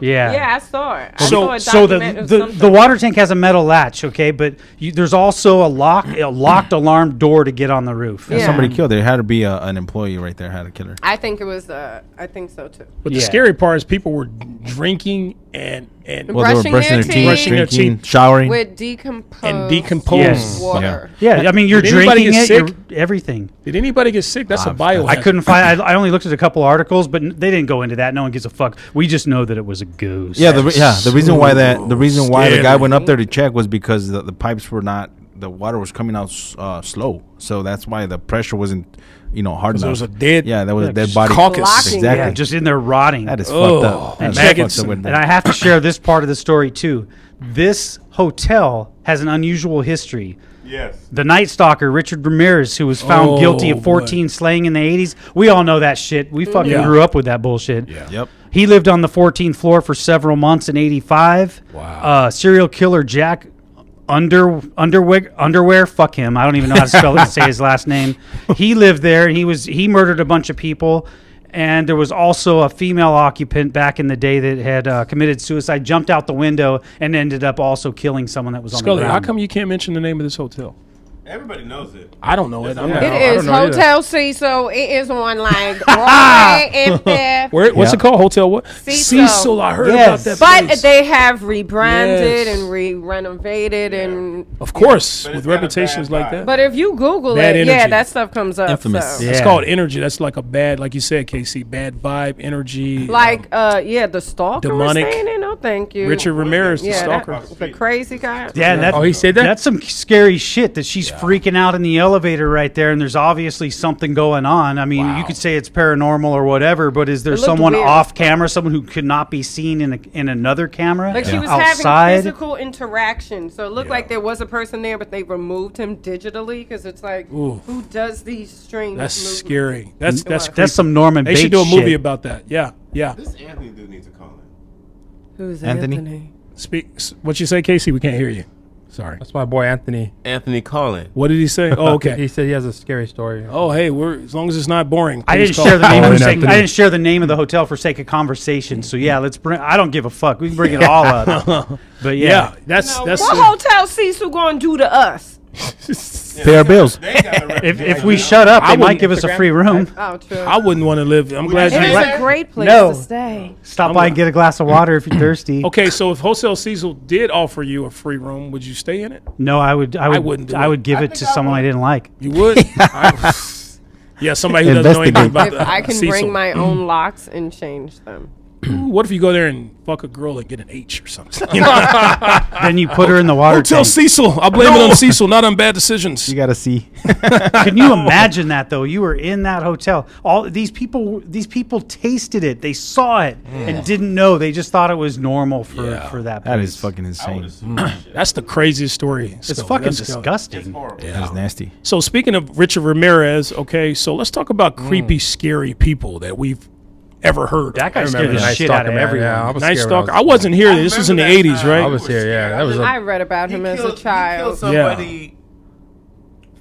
[SPEAKER 5] Yeah.
[SPEAKER 3] Yeah, I saw it. I
[SPEAKER 2] So-
[SPEAKER 3] saw a
[SPEAKER 5] so the,
[SPEAKER 3] document- it was
[SPEAKER 5] the,
[SPEAKER 3] something.
[SPEAKER 5] the water tank has a metal latch, okay, but you, there's also a lock a locked alarm door to get on the roof.
[SPEAKER 3] Yeah.
[SPEAKER 6] Somebody killed her. It had to be a, an employee right there. Had to kill her.
[SPEAKER 3] I think it was. Uh, I think so too.
[SPEAKER 2] But the
[SPEAKER 5] Yeah.
[SPEAKER 2] scary part is people were drinking and and
[SPEAKER 3] Well, Brushing their teeth. Brushing
[SPEAKER 2] their
[SPEAKER 6] drinking,
[SPEAKER 2] teeth.
[SPEAKER 6] showering.
[SPEAKER 3] With decomposed
[SPEAKER 2] And decomposed
[SPEAKER 5] Yes.
[SPEAKER 3] water.
[SPEAKER 5] Yeah, I mean you're
[SPEAKER 2] Did anybody
[SPEAKER 5] drinking
[SPEAKER 2] get
[SPEAKER 5] it,
[SPEAKER 2] sick?
[SPEAKER 5] you're- everything.
[SPEAKER 2] did anybody get sick? That's a
[SPEAKER 6] I've-
[SPEAKER 2] bio.
[SPEAKER 5] I couldn't find. I, I only looked at a couple articles, but n- they didn't go into that. No one gives a fuck. We just know that it was a goose.
[SPEAKER 6] yeah, the, re- yeah. The reason why that the reason why the guy
[SPEAKER 2] scary.
[SPEAKER 6] went up there to check was because the, the pipes were not the water was coming out s- uh, slow, so that's why the pressure wasn't you know hard enough.
[SPEAKER 2] there was a dead-
[SPEAKER 6] yeah, that was a dead
[SPEAKER 2] just
[SPEAKER 6] body.
[SPEAKER 2] caucus.
[SPEAKER 3] Blocking
[SPEAKER 6] Exactly.
[SPEAKER 5] Yeah, just in there rotting.
[SPEAKER 6] that is
[SPEAKER 2] Oh,
[SPEAKER 6] fucked
[SPEAKER 2] and
[SPEAKER 6] up. That is fucked
[SPEAKER 2] maggots
[SPEAKER 6] up with
[SPEAKER 2] and-
[SPEAKER 6] that.
[SPEAKER 5] And I have to share this part of the story too. This hotel has an unusual history.
[SPEAKER 7] Yes.
[SPEAKER 5] The Night Stalker, Richard Ramirez, who was found
[SPEAKER 2] Oh,
[SPEAKER 5] guilty of 14 slaying in the 80s. We all know that shit. We fucking
[SPEAKER 2] Yeah.
[SPEAKER 5] grew up with that bullshit. Yeah.
[SPEAKER 6] Yep.
[SPEAKER 5] He lived on the 14th floor for several months in 85. Wow. Uh, serial killer Jack Under Underwig Underwear. Fuck him. I don't even know how to spell it, say his last name. He lived there and he was he murdered a bunch of people. And there was also a female occupant back in the day that had uh, committed suicide, jumped out the window, and ended up also killing someone that was on
[SPEAKER 2] Scully,
[SPEAKER 5] the
[SPEAKER 2] how
[SPEAKER 5] ground.
[SPEAKER 2] come you can't mention the name of this hotel?
[SPEAKER 7] Everybody knows it.
[SPEAKER 2] I don't know it. I'm
[SPEAKER 7] Yeah.
[SPEAKER 2] not,
[SPEAKER 3] It
[SPEAKER 2] I don't
[SPEAKER 3] is
[SPEAKER 2] know either.
[SPEAKER 3] Hotel Cecil. It is on like Broadway and Fifth.
[SPEAKER 2] Where, what's
[SPEAKER 6] Yeah.
[SPEAKER 2] it called? Hotel what?
[SPEAKER 3] Cecil.
[SPEAKER 2] Cecil. I heard about
[SPEAKER 5] Yes.
[SPEAKER 2] that.
[SPEAKER 3] But
[SPEAKER 2] place.
[SPEAKER 3] they have rebranded
[SPEAKER 2] Yes.
[SPEAKER 3] and re renovated and.
[SPEAKER 2] of course,
[SPEAKER 7] But
[SPEAKER 2] with
[SPEAKER 7] it's got a
[SPEAKER 2] reputations
[SPEAKER 7] bad
[SPEAKER 2] like
[SPEAKER 7] vibe.
[SPEAKER 2] that,
[SPEAKER 3] But if you Google
[SPEAKER 2] Bad
[SPEAKER 3] it, yeah,
[SPEAKER 2] energy.
[SPEAKER 3] that stuff comes up.
[SPEAKER 6] Infamous.
[SPEAKER 3] so.
[SPEAKER 2] it's
[SPEAKER 5] Yeah.
[SPEAKER 2] called energy. That's like a bad, like you said, KC, bad vibe, energy.
[SPEAKER 3] Like, uh, yeah, the stalker
[SPEAKER 2] Demonic.
[SPEAKER 3] was staying in. No, thank you.
[SPEAKER 2] Richard Ramirez, the
[SPEAKER 3] yeah, that-
[SPEAKER 2] stalker.
[SPEAKER 3] the crazy guy.
[SPEAKER 5] Yeah, and that,
[SPEAKER 4] Oh, he said that?
[SPEAKER 5] That's some scary shit that she's freaking out in the elevator right there, and there's obviously something going on. I mean, you could say it's paranormal or whatever, but is there
[SPEAKER 3] looked
[SPEAKER 5] someone
[SPEAKER 3] weird.
[SPEAKER 5] off camera, someone who could not be seen in a, in another camera
[SPEAKER 3] Like she was
[SPEAKER 5] outside?
[SPEAKER 3] having physical interaction, so it looked like there was a person there, but they removed him digitally because it's like, who does these strange?
[SPEAKER 2] That's
[SPEAKER 3] movements?
[SPEAKER 2] scary. That's that's creepy.
[SPEAKER 5] that's some Norman
[SPEAKER 2] They
[SPEAKER 5] Bates
[SPEAKER 2] should do a movie
[SPEAKER 5] shit.
[SPEAKER 2] about that. Yeah, yeah.
[SPEAKER 7] This Anthony dude needs to call in.
[SPEAKER 3] Who's
[SPEAKER 6] Anthony?
[SPEAKER 3] Anthony?
[SPEAKER 2] Speak. s- What you say, Casey? We can't hear you. Sorry.
[SPEAKER 4] That's my boy Anthony.
[SPEAKER 7] Anthony, call in.
[SPEAKER 2] What did he say? Oh,
[SPEAKER 4] He
[SPEAKER 2] okay.
[SPEAKER 4] said he has a scary story.
[SPEAKER 2] Oh, hey. We're as long as it's not boring.
[SPEAKER 5] I
[SPEAKER 2] please
[SPEAKER 5] didn't
[SPEAKER 2] call.
[SPEAKER 5] share the name.
[SPEAKER 4] Oh,
[SPEAKER 5] of
[SPEAKER 4] and
[SPEAKER 5] the sake, I
[SPEAKER 4] Anthony.
[SPEAKER 5] didn't share the name of the hotel for sake of conversation. So yeah, let's bring. I don't give a fuck. We can bring it all up. But yeah,
[SPEAKER 2] Yeah, that's that's.
[SPEAKER 3] what hotel Cecil gonna do to us?
[SPEAKER 6] Pay our bills.
[SPEAKER 7] They got a rep-
[SPEAKER 5] if, if we shut up,
[SPEAKER 2] I
[SPEAKER 5] they might
[SPEAKER 2] wouldn't-
[SPEAKER 5] give us a free room.
[SPEAKER 3] Oh, true.
[SPEAKER 2] I wouldn't want to live. I'm glad
[SPEAKER 3] it
[SPEAKER 2] you.
[SPEAKER 3] is
[SPEAKER 5] Right.
[SPEAKER 3] a great place
[SPEAKER 5] No.
[SPEAKER 3] to stay.
[SPEAKER 5] Stop by and get a glass of water if you're thirsty.
[SPEAKER 2] Okay, so if Hotel Cecil did offer you a free room, would you stay in it?
[SPEAKER 5] No, I would. I would. I,
[SPEAKER 2] wouldn't do it.
[SPEAKER 5] would give it to someone I didn't like.
[SPEAKER 2] You would. I- yeah, somebody who doesn't know anything
[SPEAKER 6] Investigate.
[SPEAKER 2] about
[SPEAKER 3] If
[SPEAKER 2] the
[SPEAKER 3] I can
[SPEAKER 2] Cecil. Mm.
[SPEAKER 3] bring my own locks and change them.
[SPEAKER 2] What if you go there and fuck a girl and get an H or something? You know?
[SPEAKER 5] Then you put her in the water
[SPEAKER 2] Hotel
[SPEAKER 5] tank.
[SPEAKER 2] Cecil. I blame it on Cecil, not on bad decisions.
[SPEAKER 6] You gotta see.
[SPEAKER 5] Can you imagine that though? You were in that hotel. All these people, these people tasted it. They saw it and didn't know. They just thought it was normal for
[SPEAKER 2] Mm. Yeah.
[SPEAKER 5] for that.
[SPEAKER 6] That
[SPEAKER 5] place.
[SPEAKER 6] is fucking
[SPEAKER 7] I
[SPEAKER 6] insane.
[SPEAKER 7] would've sued that shit.
[SPEAKER 2] That's the craziest story.
[SPEAKER 5] It's
[SPEAKER 2] Scully.
[SPEAKER 5] fucking
[SPEAKER 2] That's-
[SPEAKER 5] disgusting.
[SPEAKER 7] Horrible.
[SPEAKER 6] That is nasty.
[SPEAKER 2] So speaking of Richard Ramirez, okay, so let's talk about creepy, scary people that we've ever heard.
[SPEAKER 5] That guy
[SPEAKER 4] remember
[SPEAKER 5] scared the
[SPEAKER 4] Night
[SPEAKER 5] shit out
[SPEAKER 4] Stalker,
[SPEAKER 5] of
[SPEAKER 4] man.
[SPEAKER 5] everyone.
[SPEAKER 4] Yeah, I was
[SPEAKER 2] Night
[SPEAKER 4] scared
[SPEAKER 2] Stalker.
[SPEAKER 4] when
[SPEAKER 2] I wasn't here. This was in the
[SPEAKER 7] remember that
[SPEAKER 2] '80s,
[SPEAKER 7] time.
[SPEAKER 2] right?
[SPEAKER 4] I was here. Yeah, that was a.
[SPEAKER 3] I read about him as a
[SPEAKER 7] He
[SPEAKER 3] child.
[SPEAKER 7] killed somebody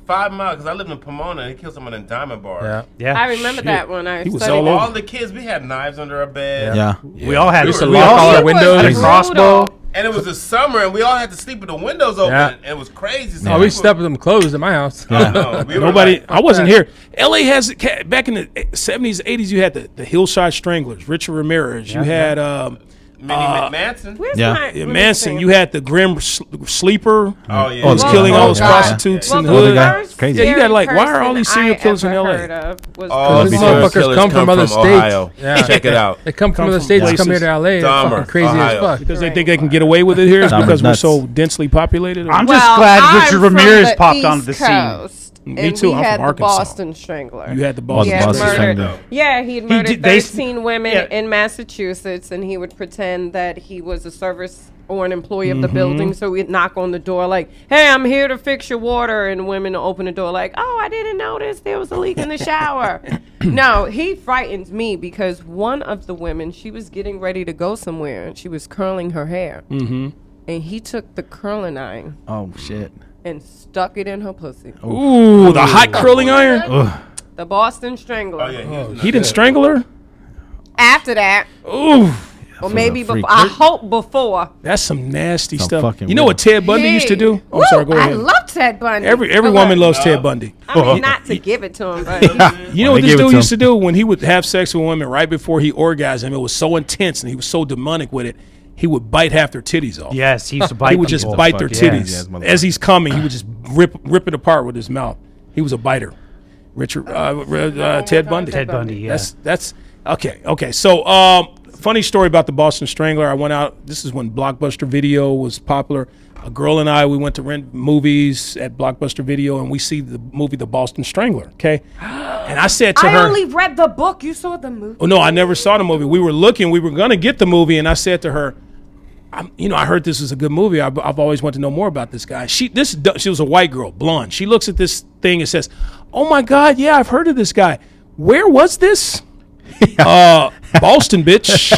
[SPEAKER 7] five miles because I lived in Pomona. He killed someone in Diamond Bar.
[SPEAKER 4] Yeah.
[SPEAKER 5] Yeah,
[SPEAKER 3] I remember
[SPEAKER 2] Shit.
[SPEAKER 3] that one. I
[SPEAKER 2] He was
[SPEAKER 3] studied
[SPEAKER 2] all
[SPEAKER 3] that.
[SPEAKER 2] over.
[SPEAKER 7] All the kids, we had knives under our bed.
[SPEAKER 6] Yeah.
[SPEAKER 5] we all had.
[SPEAKER 7] We
[SPEAKER 5] We,
[SPEAKER 7] used to
[SPEAKER 5] all
[SPEAKER 4] lock all
[SPEAKER 3] Oh,
[SPEAKER 5] had
[SPEAKER 4] our
[SPEAKER 5] a
[SPEAKER 4] windows.
[SPEAKER 5] Had a
[SPEAKER 4] Brutal.
[SPEAKER 5] crossbow.
[SPEAKER 7] And it was the summer, and we all had to sleep with the windows open.
[SPEAKER 4] Yeah.
[SPEAKER 7] And it was crazy. So
[SPEAKER 4] Oh,
[SPEAKER 7] we
[SPEAKER 4] we
[SPEAKER 7] were-
[SPEAKER 4] slept with them closed in my house.
[SPEAKER 7] No, we were
[SPEAKER 2] Nobody.
[SPEAKER 7] like-
[SPEAKER 2] I wasn't here. LA has ca- back in the '70s, '80s. You had the, the Hillside Stranglers, Richard Ramirez. You had um,
[SPEAKER 7] Minnie Manson.
[SPEAKER 3] Where's
[SPEAKER 6] Yeah.
[SPEAKER 3] my
[SPEAKER 2] Yeah,
[SPEAKER 3] let me
[SPEAKER 2] Manson,
[SPEAKER 3] see.
[SPEAKER 2] you had the grim s- sleeper.
[SPEAKER 7] Oh yeah.
[SPEAKER 6] Oh,
[SPEAKER 2] was
[SPEAKER 6] it's
[SPEAKER 2] killing
[SPEAKER 6] Oh,
[SPEAKER 2] all those
[SPEAKER 6] God.
[SPEAKER 2] prostitutes
[SPEAKER 3] Well,
[SPEAKER 2] in
[SPEAKER 3] the
[SPEAKER 2] the hood.
[SPEAKER 6] guy.
[SPEAKER 3] first
[SPEAKER 6] It's crazy.
[SPEAKER 2] Yeah, you
[SPEAKER 3] scary
[SPEAKER 2] got like, why are
[SPEAKER 3] person
[SPEAKER 2] all these serial
[SPEAKER 3] I
[SPEAKER 2] killers in
[SPEAKER 3] ever
[SPEAKER 2] LA?
[SPEAKER 3] heard of was
[SPEAKER 5] Oh,
[SPEAKER 7] All
[SPEAKER 4] These
[SPEAKER 7] these
[SPEAKER 3] Chris
[SPEAKER 4] motherfuckers
[SPEAKER 7] killers
[SPEAKER 4] come
[SPEAKER 7] come
[SPEAKER 4] from
[SPEAKER 7] from,
[SPEAKER 4] other states.
[SPEAKER 7] Ohio.
[SPEAKER 4] Yeah.
[SPEAKER 7] Check it out.
[SPEAKER 4] They come from
[SPEAKER 2] Come
[SPEAKER 4] other
[SPEAKER 2] from
[SPEAKER 4] states, come here
[SPEAKER 2] places.
[SPEAKER 4] to LA. They're
[SPEAKER 7] Dahmer,
[SPEAKER 4] fucking crazy as
[SPEAKER 7] Ohio.
[SPEAKER 4] fuck.
[SPEAKER 2] Because they think they can get away with it here It's
[SPEAKER 6] Dahmer's
[SPEAKER 2] because we're
[SPEAKER 6] nuts.
[SPEAKER 2] so densely populated.
[SPEAKER 5] I'm
[SPEAKER 3] Well,
[SPEAKER 5] just glad
[SPEAKER 3] I'm
[SPEAKER 5] Richard
[SPEAKER 3] from
[SPEAKER 5] Ramirez
[SPEAKER 3] the
[SPEAKER 5] popped
[SPEAKER 3] East
[SPEAKER 5] onto the scene.
[SPEAKER 3] Coast,
[SPEAKER 2] Me
[SPEAKER 3] and
[SPEAKER 2] too,
[SPEAKER 3] We
[SPEAKER 2] I'm
[SPEAKER 3] had
[SPEAKER 2] from
[SPEAKER 3] the
[SPEAKER 2] Arkansas.
[SPEAKER 3] Boston Strangler.
[SPEAKER 2] you had the
[SPEAKER 6] Oh,
[SPEAKER 2] Boston.
[SPEAKER 6] the
[SPEAKER 3] Yeah,
[SPEAKER 6] Boston
[SPEAKER 3] murdered.
[SPEAKER 6] Strangler.
[SPEAKER 3] Yeah, he'd murdered
[SPEAKER 5] did- they s-
[SPEAKER 3] 13 women
[SPEAKER 5] yeah.
[SPEAKER 3] in Massachusetts, and he would pretend that he was a service or an employee of the
[SPEAKER 5] Mm-hmm.
[SPEAKER 3] building. So he'd knock on the door like, "Hey, I'm here to fix your water," and women would open the door like, "Oh, I didn't notice there was a leak in the shower." no, he frightened me because one of the women, she was getting ready to go somewhere, and she was curling her hair, mm-hmm. and he took the curling iron
[SPEAKER 6] Oh shit.
[SPEAKER 3] and stuck it in her pussy.
[SPEAKER 5] Oh.
[SPEAKER 2] Ooh, the hot curling iron.
[SPEAKER 3] The Boston Strangler.
[SPEAKER 7] Oh, yeah, he was-
[SPEAKER 2] He didn't strangle her.
[SPEAKER 3] After that.
[SPEAKER 2] Ooh,
[SPEAKER 3] Or maybe
[SPEAKER 6] freak.
[SPEAKER 3] before. I hope before.
[SPEAKER 2] that's some nasty
[SPEAKER 6] Some
[SPEAKER 2] stuff.
[SPEAKER 6] fucking
[SPEAKER 2] You know what Ted Bundy used to do? Oh, I'm
[SPEAKER 3] Woo,
[SPEAKER 2] sorry, go
[SPEAKER 3] I
[SPEAKER 2] ahead.
[SPEAKER 3] love Ted Bundy.
[SPEAKER 2] Every every
[SPEAKER 3] But
[SPEAKER 2] woman
[SPEAKER 3] look,
[SPEAKER 2] loves Ted Bundy.
[SPEAKER 3] I mean, not to give it to him, but
[SPEAKER 2] You know what
[SPEAKER 6] They
[SPEAKER 2] this
[SPEAKER 6] gave it
[SPEAKER 2] dude
[SPEAKER 6] to
[SPEAKER 2] used to
[SPEAKER 6] him.
[SPEAKER 2] do when he would have sex with women right before he orgasmed? It was so intense and he was so demonic with it. He would bite half their titties off.
[SPEAKER 5] Yes, he used to bite.
[SPEAKER 2] he would just
[SPEAKER 5] people.
[SPEAKER 2] bite their
[SPEAKER 5] Yeah.
[SPEAKER 2] titties
[SPEAKER 6] Yes,
[SPEAKER 2] as he's coming. He would just rip rip it apart with his mouth. He was a biter. Richard uh, uh, Ted Bundy.
[SPEAKER 5] Ted Bundy. Yeah.
[SPEAKER 2] That's that's okay. Okay. So, um, funny story about the Boston Strangler. I went out. This is when Blockbuster Video was popular. A girl and I, we went to rent movies at Blockbuster Video, and we see the movie The Boston Strangler. Okay, and I said to
[SPEAKER 3] I
[SPEAKER 2] her,
[SPEAKER 3] only read the book. You saw the movie.
[SPEAKER 2] "Oh no, I never saw the movie. We were looking. We were gonna get the movie, and I said to her." I'm, you know, I heard this was a good movie. I've, I've always wanted to know more about this guy. She this du- she was a white girl, blonde. She looks at this thing and says, "Oh my God, yeah, I've heard of this guy. Where was this? Uh, Boston, bitch.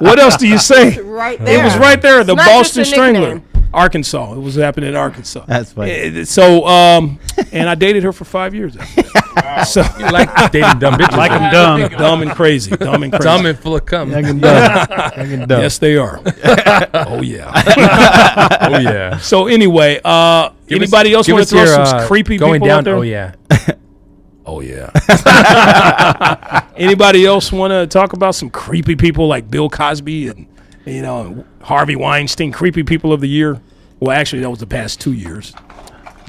[SPEAKER 2] what else do you say?
[SPEAKER 3] Right there.
[SPEAKER 2] It was right there, the
[SPEAKER 3] It's not
[SPEAKER 2] Boston
[SPEAKER 3] just a nickname.
[SPEAKER 2] Strangler, Arkansas. It was happening in Arkansas.
[SPEAKER 6] That's funny.
[SPEAKER 2] Eh, So, um, and I dated her for five years. after that. So
[SPEAKER 4] like dating dumb bitches.
[SPEAKER 5] Like I'm dumb.
[SPEAKER 2] dumb and crazy, dumb and crazy.
[SPEAKER 4] dumb and full of cum.
[SPEAKER 6] Fucking dumb. Fucking dumb.
[SPEAKER 2] Yes, they are. oh yeah.
[SPEAKER 4] Oh yeah.
[SPEAKER 2] So anyway, uh, anybody else
[SPEAKER 4] Give
[SPEAKER 2] want to
[SPEAKER 4] us
[SPEAKER 2] throw
[SPEAKER 4] your,
[SPEAKER 2] some
[SPEAKER 4] uh,
[SPEAKER 2] creepy
[SPEAKER 4] going
[SPEAKER 2] people
[SPEAKER 4] down.
[SPEAKER 2] out there?
[SPEAKER 4] Oh yeah.
[SPEAKER 2] Oh yeah. anybody else want to talk about some creepy people like Bill Cosby and you know Harvey Weinstein? Creepy people of the year. Well, actually, that was the past two years.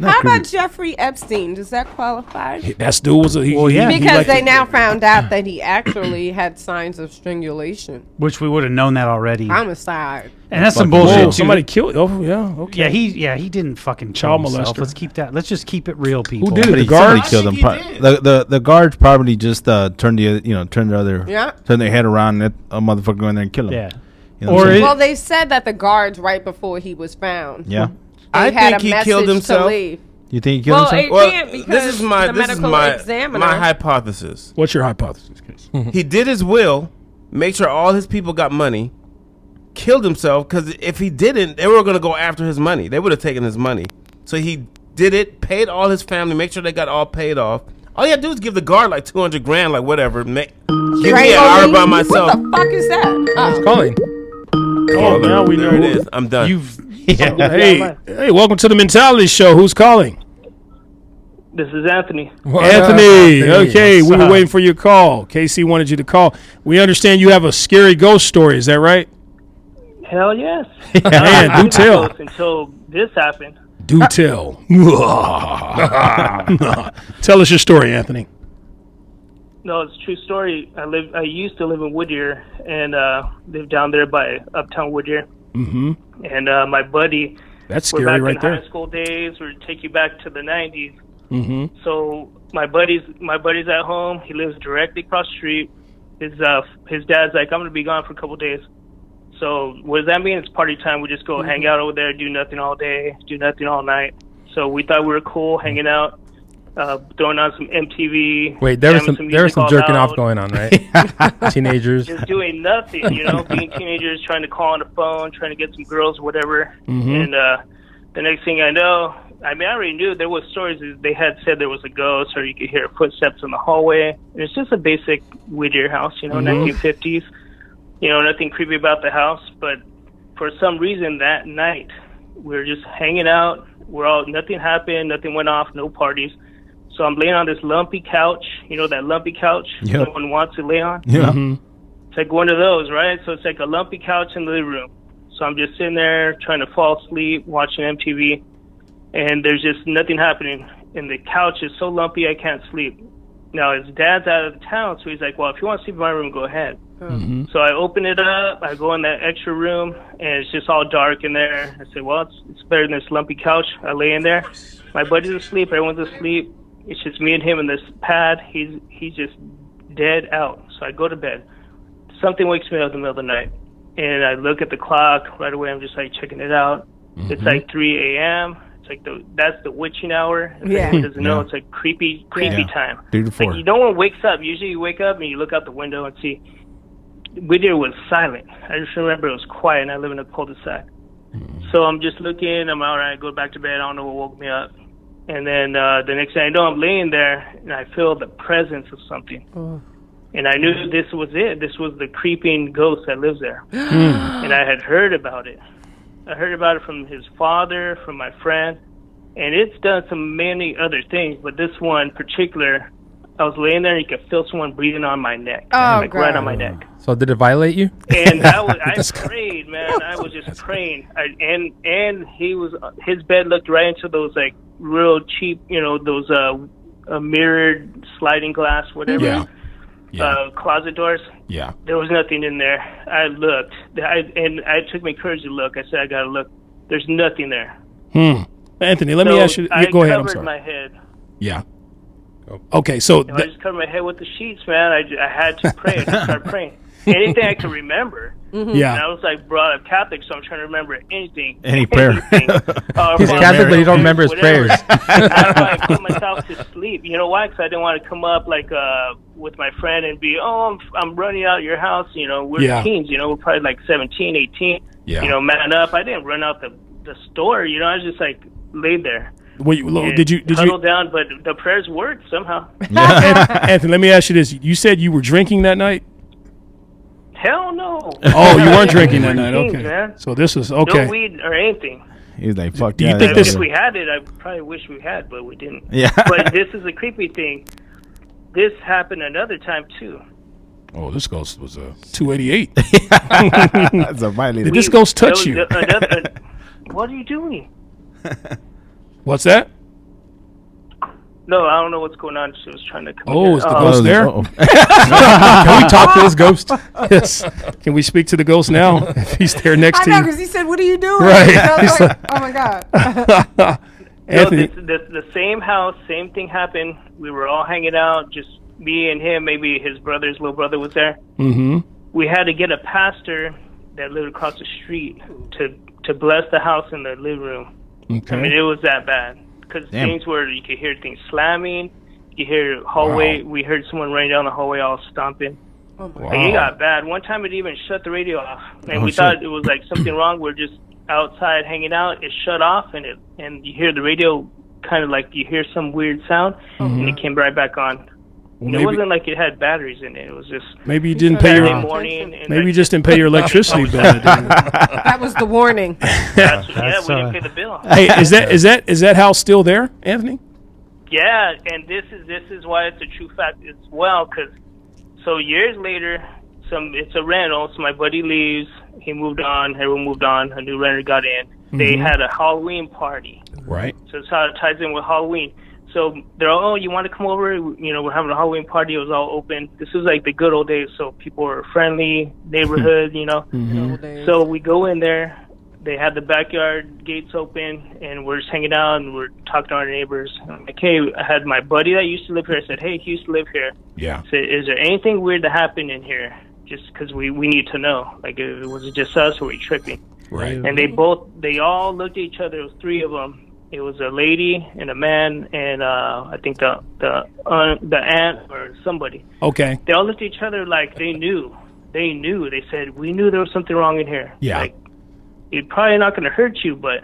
[SPEAKER 3] How about Jeffrey Epstein? Does that qualify?
[SPEAKER 2] That dude was a he.
[SPEAKER 5] Well, yeah.
[SPEAKER 2] he- he
[SPEAKER 3] Because
[SPEAKER 2] liked
[SPEAKER 3] they
[SPEAKER 2] to-
[SPEAKER 3] now found out that he actually had signs of strangulation,
[SPEAKER 5] Which we would have known that already.
[SPEAKER 3] homicide.
[SPEAKER 5] and that's some
[SPEAKER 6] Fucking
[SPEAKER 5] bullshit
[SPEAKER 2] Whoa,
[SPEAKER 5] too.
[SPEAKER 2] somebody killed. Oh yeah. Okay.
[SPEAKER 5] yeah, he yeah he didn't fucking kill
[SPEAKER 2] Child
[SPEAKER 5] himself.
[SPEAKER 2] molester.
[SPEAKER 5] Let's keep that. Let's just keep it real, people.
[SPEAKER 2] did it?
[SPEAKER 6] Somebody,
[SPEAKER 2] The guards?
[SPEAKER 6] somebody killed
[SPEAKER 7] I
[SPEAKER 6] him.
[SPEAKER 7] think he
[SPEAKER 6] Pro- the, the the guards probably just uh, turned the you know turned the other
[SPEAKER 3] Yeah.
[SPEAKER 6] turned their head around and let a motherfucker go in there and kill him.
[SPEAKER 5] Yeah.
[SPEAKER 6] You know what
[SPEAKER 5] Or
[SPEAKER 6] I'm saying?
[SPEAKER 5] it-
[SPEAKER 3] Well, they said that the guards right before he was found.
[SPEAKER 6] yeah.
[SPEAKER 3] they
[SPEAKER 7] I
[SPEAKER 3] had
[SPEAKER 7] think
[SPEAKER 3] a
[SPEAKER 7] he
[SPEAKER 3] message
[SPEAKER 7] killed
[SPEAKER 3] to
[SPEAKER 7] himself.
[SPEAKER 3] leave.
[SPEAKER 6] You think he killed
[SPEAKER 3] Well,
[SPEAKER 6] himself?
[SPEAKER 3] it
[SPEAKER 7] Well,
[SPEAKER 3] can't because
[SPEAKER 7] this is my
[SPEAKER 3] the
[SPEAKER 7] this is
[SPEAKER 3] medical
[SPEAKER 7] my
[SPEAKER 3] examiner.
[SPEAKER 7] my hypothesis.
[SPEAKER 2] What's your hypothesis, Case?
[SPEAKER 7] He did his will, made sure all his people got money, killed himself because if he didn't, they were gonna go after his money. They would have taken his money. So he did it, paid all his family, make sure they got all paid off. All you have to do is give the guard like two hundred grand, like whatever. Make, give me an hour by myself.
[SPEAKER 3] What the fuck is that? Oh.
[SPEAKER 4] Calling.
[SPEAKER 7] Oh,
[SPEAKER 2] now we
[SPEAKER 7] there
[SPEAKER 2] know.
[SPEAKER 7] it is. I'm done.
[SPEAKER 5] You've
[SPEAKER 2] hey, hey, welcome to the Mentality Show. Who's calling?
[SPEAKER 8] This is Anthony.
[SPEAKER 4] What
[SPEAKER 2] Anthony,
[SPEAKER 4] up, Anthony?
[SPEAKER 2] okay, we were
[SPEAKER 5] up?
[SPEAKER 2] waiting for your call. KC wanted you to call. We understand you have a scary ghost story. Is that right?
[SPEAKER 8] Hell yes.
[SPEAKER 2] Man, do
[SPEAKER 8] Close
[SPEAKER 2] tell,
[SPEAKER 8] Until this happened.
[SPEAKER 2] do tell. tell us your story, Anthony.
[SPEAKER 8] No, it's a true story. I live. I used to live in Whittier and uh, lived down there by Uptown Whittier. Mm-hmm. And uh, my buddy,
[SPEAKER 2] That's
[SPEAKER 8] we're
[SPEAKER 2] scary
[SPEAKER 8] back
[SPEAKER 2] right
[SPEAKER 8] in
[SPEAKER 2] there.
[SPEAKER 8] high school days. We're take you back to the 90s Mm-hmm. So my buddy's my buddy's at home. He lives directly across the street. His uh his dad's like, I'm gonna be gone for a couple days. So what does that mean? It's party time. We just go
[SPEAKER 4] Mm-hmm.
[SPEAKER 8] hang out over there, do nothing all day, do nothing all night. So we thought we were cool, hanging out, uh, throwing on some MTV.
[SPEAKER 4] Wait, there was
[SPEAKER 8] jamming
[SPEAKER 4] some, there was
[SPEAKER 8] music
[SPEAKER 4] some
[SPEAKER 8] all
[SPEAKER 4] jerking
[SPEAKER 8] loud
[SPEAKER 4] off going on, right? Teenagers.
[SPEAKER 8] just doing nothing, you know, being teenagers, trying to call on the phone, trying to get some girls, whatever. And uh, the next thing I know, I mean, I already knew there was stories that they had said there was a ghost, or you could hear footsteps in the hallway. It's just a basic Whittier house, you know, 1950s. You know, nothing creepy about the house, but for some reason that night we were just hanging out. We're all nothing happened, nothing went off, no parties. So I'm laying on this lumpy couch, you know that lumpy couch
[SPEAKER 6] Yep.
[SPEAKER 8] no one wants to lay on.
[SPEAKER 6] Yeah.
[SPEAKER 8] It's like one of those, right? So it's like a lumpy couch in the living room. So I'm just sitting there trying to fall asleep, watching MTV, and there's just nothing happening. And the couch is so lumpy, I can't sleep. Now his dad's out of town, so he's like, "Well, if you want to sleep in my room, go ahead." So I open it up, I go in that extra room, and it's just all dark in there. I say, well, it's, it's better than this lumpy couch. I lay in there. My buddy's asleep, everyone's asleep. It's just me and him in this pad. He's he's just dead out. So I go to bed. Something wakes me up in the middle of the night, and I look at the clock right away. I'm just like checking it out. It's like 3 a.m. It's like the that's the witching hour. If
[SPEAKER 3] Yeah.
[SPEAKER 8] anyone doesn't know it's like creepy creepy time.
[SPEAKER 6] Three to
[SPEAKER 8] Like,
[SPEAKER 6] four.
[SPEAKER 8] you- no one wakes up. Usually you wake up and you look out the window and see Whittier was silent. I just remember it was quiet, and I live in a cul-de-sac. So I'm just looking. I'm all right. Go back to bed. I don't know what woke me up. And then uh, the next thing I know, I'm laying there, and I feel the presence of something. And I knew this was it. This was the creeping ghost that lives there. and I had heard about it. I heard about it from his father, from my friend, and it's done some many other things. But this one in particular, I was laying there, and you could feel someone breathing on my neck,
[SPEAKER 3] Oh,
[SPEAKER 8] like right
[SPEAKER 3] God.
[SPEAKER 8] on my neck.
[SPEAKER 4] So did it violate you?
[SPEAKER 8] and I was, I prayed, man. I was just praying, I, and and he was his bed looked right into those like real cheap, you know, those uh, uh mirrored sliding glass, whatever,
[SPEAKER 6] Yeah.
[SPEAKER 8] uh, closet doors.
[SPEAKER 6] Yeah.
[SPEAKER 8] There was nothing in there. I looked, I and I took my courage to look. I said, I gotta look. There's nothing there.
[SPEAKER 2] Anthony, let me
[SPEAKER 8] So
[SPEAKER 2] ask you.
[SPEAKER 8] I
[SPEAKER 2] yeah, go ahead. I'm
[SPEAKER 8] covered
[SPEAKER 2] sorry.
[SPEAKER 8] my head.
[SPEAKER 6] Yeah.
[SPEAKER 2] okay, so
[SPEAKER 8] I just covered my head with the sheets, man. I, j- I had to pray. I just started praying. Anything I could remember.
[SPEAKER 2] th-
[SPEAKER 8] And I
[SPEAKER 2] yeah,
[SPEAKER 8] was like brought up Catholic, so I'm trying to remember anything.
[SPEAKER 6] Any prayer.
[SPEAKER 8] Anything. Uh,
[SPEAKER 4] He's
[SPEAKER 8] Father
[SPEAKER 4] Catholic, but he don't
[SPEAKER 8] Mary,
[SPEAKER 4] remember his
[SPEAKER 8] whatever.
[SPEAKER 4] prayers.
[SPEAKER 8] I don't want to put myself to sleep. You know why? Because I didn't want to come up like uh with my friend and be, oh, I'm, I'm running out of your house. You know, we're
[SPEAKER 2] Yeah.
[SPEAKER 8] teens. You know, we're probably like 17, 18.
[SPEAKER 6] Yeah.
[SPEAKER 8] You know, man up. I didn't run out the the store. You know, I was just like laid there.
[SPEAKER 2] Were you- lo-
[SPEAKER 8] and
[SPEAKER 2] Oh, did you did
[SPEAKER 8] huddled
[SPEAKER 2] you
[SPEAKER 8] down? But the prayers worked somehow.
[SPEAKER 2] Anthony? Let me ask you this: You said you were drinking that night.
[SPEAKER 8] Hell no.
[SPEAKER 2] Oh, you weren't
[SPEAKER 8] We
[SPEAKER 2] drinking that
[SPEAKER 8] were
[SPEAKER 2] night.
[SPEAKER 8] teens,
[SPEAKER 2] Okay,
[SPEAKER 8] man.
[SPEAKER 2] so this is
[SPEAKER 8] No
[SPEAKER 2] okay.
[SPEAKER 8] weed or anything.
[SPEAKER 6] He's like, fuck.
[SPEAKER 2] Do you
[SPEAKER 6] yeah,
[SPEAKER 2] think
[SPEAKER 6] that's
[SPEAKER 2] this-
[SPEAKER 8] if
[SPEAKER 6] it.
[SPEAKER 8] we had it, I probably wish we had, but we didn't.
[SPEAKER 6] Yeah.
[SPEAKER 8] but this is a creepy thing. This happened another time too.
[SPEAKER 2] Oh, this ghost was a 288.
[SPEAKER 6] That's a violated.
[SPEAKER 2] Did this ghost
[SPEAKER 8] There
[SPEAKER 2] touch
[SPEAKER 8] was
[SPEAKER 2] you?
[SPEAKER 8] a- another- what are you doing?
[SPEAKER 2] What's that?
[SPEAKER 8] No, I don't know what's going on. She was trying to. Come
[SPEAKER 2] Oh,
[SPEAKER 8] in.
[SPEAKER 2] is the ghost there?
[SPEAKER 6] Uh-oh.
[SPEAKER 4] Can we talk to this ghost?
[SPEAKER 2] Yes. Can we speak to the ghost now? If he's there next
[SPEAKER 3] I
[SPEAKER 2] to
[SPEAKER 3] know,
[SPEAKER 2] you,
[SPEAKER 3] because he said, "What are you doing?"
[SPEAKER 2] Right.
[SPEAKER 3] I was
[SPEAKER 2] He's
[SPEAKER 3] like, "Oh my god!"
[SPEAKER 8] No,
[SPEAKER 2] Anthony.
[SPEAKER 8] this, this, the same house, same thing happened. We were all hanging out, just me and him. Maybe his brother's little brother was there.
[SPEAKER 2] Mm-hmm.
[SPEAKER 8] we had to get a pastor that lived across the street to to bless the house in the living room. I mean,
[SPEAKER 2] Okay.
[SPEAKER 8] it was that bad because
[SPEAKER 6] Damn.
[SPEAKER 8] things were you could hear things slamming, you hear hallway. We heard someone running down the hallway all stomping. And it
[SPEAKER 2] Oh.
[SPEAKER 8] got bad. One time it even shut the radio off, and we thought it was like something wrong. We're just outside hanging out. It shut off, and it and you hear the radio kind of like you hear some weird sound, and it came right back on. And
[SPEAKER 2] Mm-hmm.
[SPEAKER 8] it
[SPEAKER 2] maybe-
[SPEAKER 8] wasn't like it had batteries in it. It was just
[SPEAKER 2] Maybe you didn't pay
[SPEAKER 8] Saturday
[SPEAKER 2] your.
[SPEAKER 8] morning. And
[SPEAKER 2] Maybe
[SPEAKER 8] like,
[SPEAKER 2] you just didn't pay your electricity bill. that day.
[SPEAKER 3] that was the warning.
[SPEAKER 8] That's, yeah,
[SPEAKER 5] That's,
[SPEAKER 8] we didn't
[SPEAKER 5] uh,
[SPEAKER 8] pay the bill.
[SPEAKER 2] Hey, is that is that is that house still there, Anthony?
[SPEAKER 8] Yeah, and this is this is why it's a true fact as well. Cause so years later, some it's a rental. So my buddy leaves. He moved on. Everyone moved on. A new renter got in. They had a Halloween party.
[SPEAKER 2] Right.
[SPEAKER 8] So it's how it ties in with Halloween. So they're all, oh, you want to come over? You know, we're having a Halloween party. It was all open. This was like the good old days. So people were friendly, neighborhood, you know. So we go in there. They had the backyard gates open, and we're just hanging out and we're talking to our neighbors. I'm like, hey, I had my buddy that used to live here. I said, hey, he used to live here.
[SPEAKER 6] Yeah.
[SPEAKER 8] I said, is there anything weird that happened in here? Just because we we need to know. Like, uh, was it just us or we tripping?
[SPEAKER 6] Right.
[SPEAKER 8] and they both they all looked at each other. It was three of them. It was a lady and a man and uh, I think the the uh, the aunt or somebody.
[SPEAKER 2] Okay.
[SPEAKER 8] They all looked at each other like they knew. They knew. They said we knew there was something wrong in here.
[SPEAKER 2] Yeah.
[SPEAKER 8] Like, it's probably not going to hurt you, but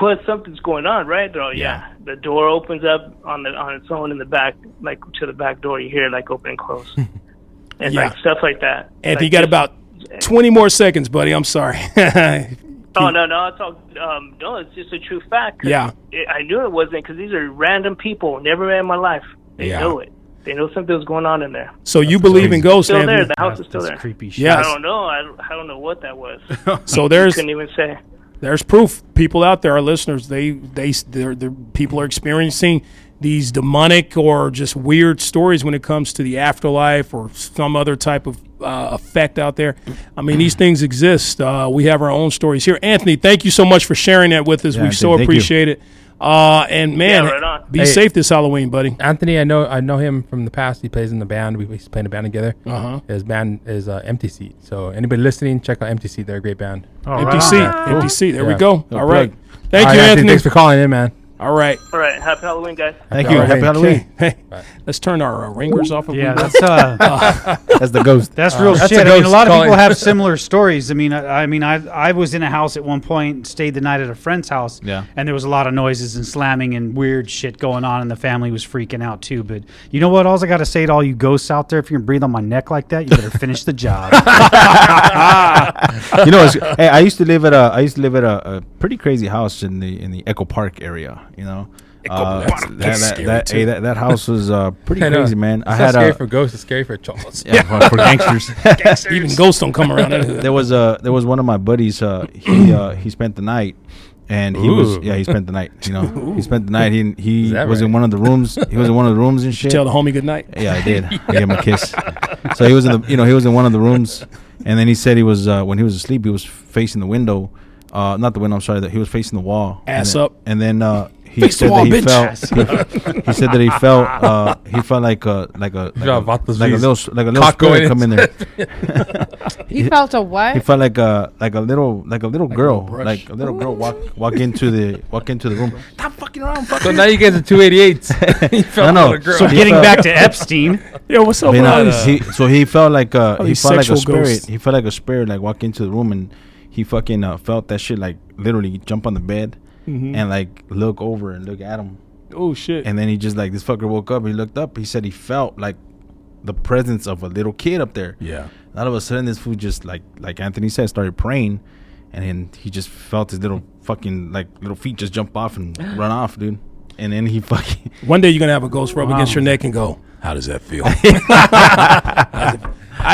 [SPEAKER 8] what something's going on, right? They're all, yeah. The door opens up on the on its own in the back, like to the back door. You hear it, like open and close, and
[SPEAKER 2] Yeah.
[SPEAKER 8] like stuff like that.
[SPEAKER 2] Anthony, you
[SPEAKER 8] Like,
[SPEAKER 2] got
[SPEAKER 8] just-
[SPEAKER 2] about 20 more seconds, buddy. I'm sorry.
[SPEAKER 8] Oh no, no, it's all um, no. It's just a true fact. 'cause
[SPEAKER 2] Yeah.
[SPEAKER 8] it, I knew it wasn't because these are random people. Never met in my life. They
[SPEAKER 2] Yeah.
[SPEAKER 8] know it. They know something was going on in there.
[SPEAKER 2] So you believe in ghosts,
[SPEAKER 8] Still there.
[SPEAKER 2] Anthony?
[SPEAKER 8] The house is still
[SPEAKER 5] That's
[SPEAKER 8] there.
[SPEAKER 5] creepy shit.
[SPEAKER 8] I
[SPEAKER 2] Yes.
[SPEAKER 8] don't know. I, don't- I don't know what that was.
[SPEAKER 2] So there's
[SPEAKER 8] Couldn't even say.
[SPEAKER 2] there's proof. People out there, our listeners, they they they're, they're, people are experiencing these demonic or just weird stories when it comes to the afterlife or some other type of uh, effect out there. I mean, these things exist. Uh, we have our own stories here. Anthony, thank you so much for sharing that with us. we
[SPEAKER 6] Anthony,
[SPEAKER 2] so
[SPEAKER 6] thank you.
[SPEAKER 2] appreciate it. Uh, and man,
[SPEAKER 8] Yeah, right on.
[SPEAKER 2] be safe this Halloween, buddy.
[SPEAKER 4] Anthony, I know I know him from the past. He plays in the band. We we used to play in a band together. Uh-huh. His band is uh, Empty Seat. So anybody listening, check out Empty Seat. They're a great band.
[SPEAKER 5] All
[SPEAKER 2] Empty
[SPEAKER 5] right.
[SPEAKER 2] seat, empty seat. There we
[SPEAKER 4] Yeah.
[SPEAKER 2] go.
[SPEAKER 6] No
[SPEAKER 2] All right.
[SPEAKER 6] plug.
[SPEAKER 2] Thank
[SPEAKER 4] All
[SPEAKER 2] you,
[SPEAKER 4] right,
[SPEAKER 2] Anthony.
[SPEAKER 4] Thanks for calling in, man.
[SPEAKER 2] All right.
[SPEAKER 8] All right. Happy Halloween, guys.
[SPEAKER 6] Thank you. Happy Halloween.
[SPEAKER 2] Hey, let's turn our uh, ringers off. Of
[SPEAKER 5] Yeah, that's uh,
[SPEAKER 6] That's the ghost.
[SPEAKER 5] that's real
[SPEAKER 4] that's a
[SPEAKER 5] shit. I mean, a
[SPEAKER 4] ghost
[SPEAKER 5] lot of
[SPEAKER 4] calling.
[SPEAKER 5] people have similar stories. I mean, I, I mean, I I was in a house at one point, stayed the night at a friend's house,
[SPEAKER 6] Yeah.
[SPEAKER 5] and there was a lot of noises and slamming and weird shit going on, and the family was freaking out too. But you know what? All I got to say to all you ghosts out there, if you can breathe on my neck like that, you better finish the job.
[SPEAKER 6] you know, it's, hey, I used to live at a I used to live at a, a pretty crazy house in the in the Echo Park area. You know, Echo
[SPEAKER 2] Park.
[SPEAKER 6] That,
[SPEAKER 2] That's
[SPEAKER 6] that,
[SPEAKER 2] scary,
[SPEAKER 6] that, hey,
[SPEAKER 2] too.
[SPEAKER 6] that, that house was uh, pretty
[SPEAKER 4] I know.
[SPEAKER 6] crazy, man.
[SPEAKER 4] It's
[SPEAKER 6] I
[SPEAKER 4] not
[SPEAKER 6] had
[SPEAKER 4] scary
[SPEAKER 6] a
[SPEAKER 4] for ghosts. It's scary for trolls.
[SPEAKER 6] yeah, for, for gangsters.
[SPEAKER 2] Even ghosts don't come around. that hood.
[SPEAKER 6] there was a there was one of my buddies. Uh, he uh, he spent the night, and he was
[SPEAKER 4] Ooh.
[SPEAKER 6] yeah he spent the night. You know, he spent the night. He
[SPEAKER 4] Is
[SPEAKER 6] he
[SPEAKER 4] that
[SPEAKER 6] was in
[SPEAKER 4] right?
[SPEAKER 6] one of the rooms. He was in one of the rooms and shit.
[SPEAKER 2] Tell the homie good night.
[SPEAKER 6] Yeah, I did. I gave him a kiss. So he was in the, you know, he was in one of the rooms, and then he said he was uh, when he was asleep, he was facing the window, uh, not the window. I'm sorry, that he was facing the wall,
[SPEAKER 2] Ass
[SPEAKER 6] and then,
[SPEAKER 2] up.
[SPEAKER 6] And then uh, he
[SPEAKER 2] Face the
[SPEAKER 6] said
[SPEAKER 2] wall,
[SPEAKER 6] that he
[SPEAKER 2] bitch.
[SPEAKER 6] felt. He, he said that he felt. Uh, he felt like a like a like,
[SPEAKER 4] Yeah,
[SPEAKER 6] a,
[SPEAKER 4] what was
[SPEAKER 6] like a
[SPEAKER 4] this?
[SPEAKER 6] little s- like a little
[SPEAKER 4] Cock
[SPEAKER 6] spirit
[SPEAKER 4] going
[SPEAKER 6] come in there.
[SPEAKER 3] He felt a
[SPEAKER 6] He
[SPEAKER 3] what?
[SPEAKER 6] felt like a like a little like a little girl like a little girl
[SPEAKER 3] Ooh.
[SPEAKER 6] walk walk into the walk into the room. Stop fucking around,
[SPEAKER 4] So
[SPEAKER 6] fucker.
[SPEAKER 4] now you guys are 288s. you felt
[SPEAKER 6] No, no.
[SPEAKER 4] like a girl.
[SPEAKER 5] so
[SPEAKER 6] He
[SPEAKER 5] getting
[SPEAKER 6] felt-
[SPEAKER 5] back to Epstein,
[SPEAKER 2] Yo, what's up,
[SPEAKER 6] I mean, uh,
[SPEAKER 2] man?
[SPEAKER 6] he, so he felt like uh, he
[SPEAKER 2] these
[SPEAKER 6] felt like a
[SPEAKER 2] sexual
[SPEAKER 6] spirit.
[SPEAKER 2] ghosts.
[SPEAKER 6] He felt like a spirit, like walk into the room and he fucking uh, felt that shit, like literally jump on the bed
[SPEAKER 2] Mm-hmm.
[SPEAKER 6] and like look over and look at him,
[SPEAKER 2] oh shit!
[SPEAKER 6] and then he just like this fucker woke up. He looked up. He said he felt like the presence of a little kid up there.
[SPEAKER 2] yeah.
[SPEAKER 6] All of a sudden, this fool just like like Anthony said, started praying, and then he just felt his little fucking like little feet just jump off and run off, dude. And then he fucking
[SPEAKER 2] One day you're gonna have a ghost rub against your neck and go, "How does that feel?" I,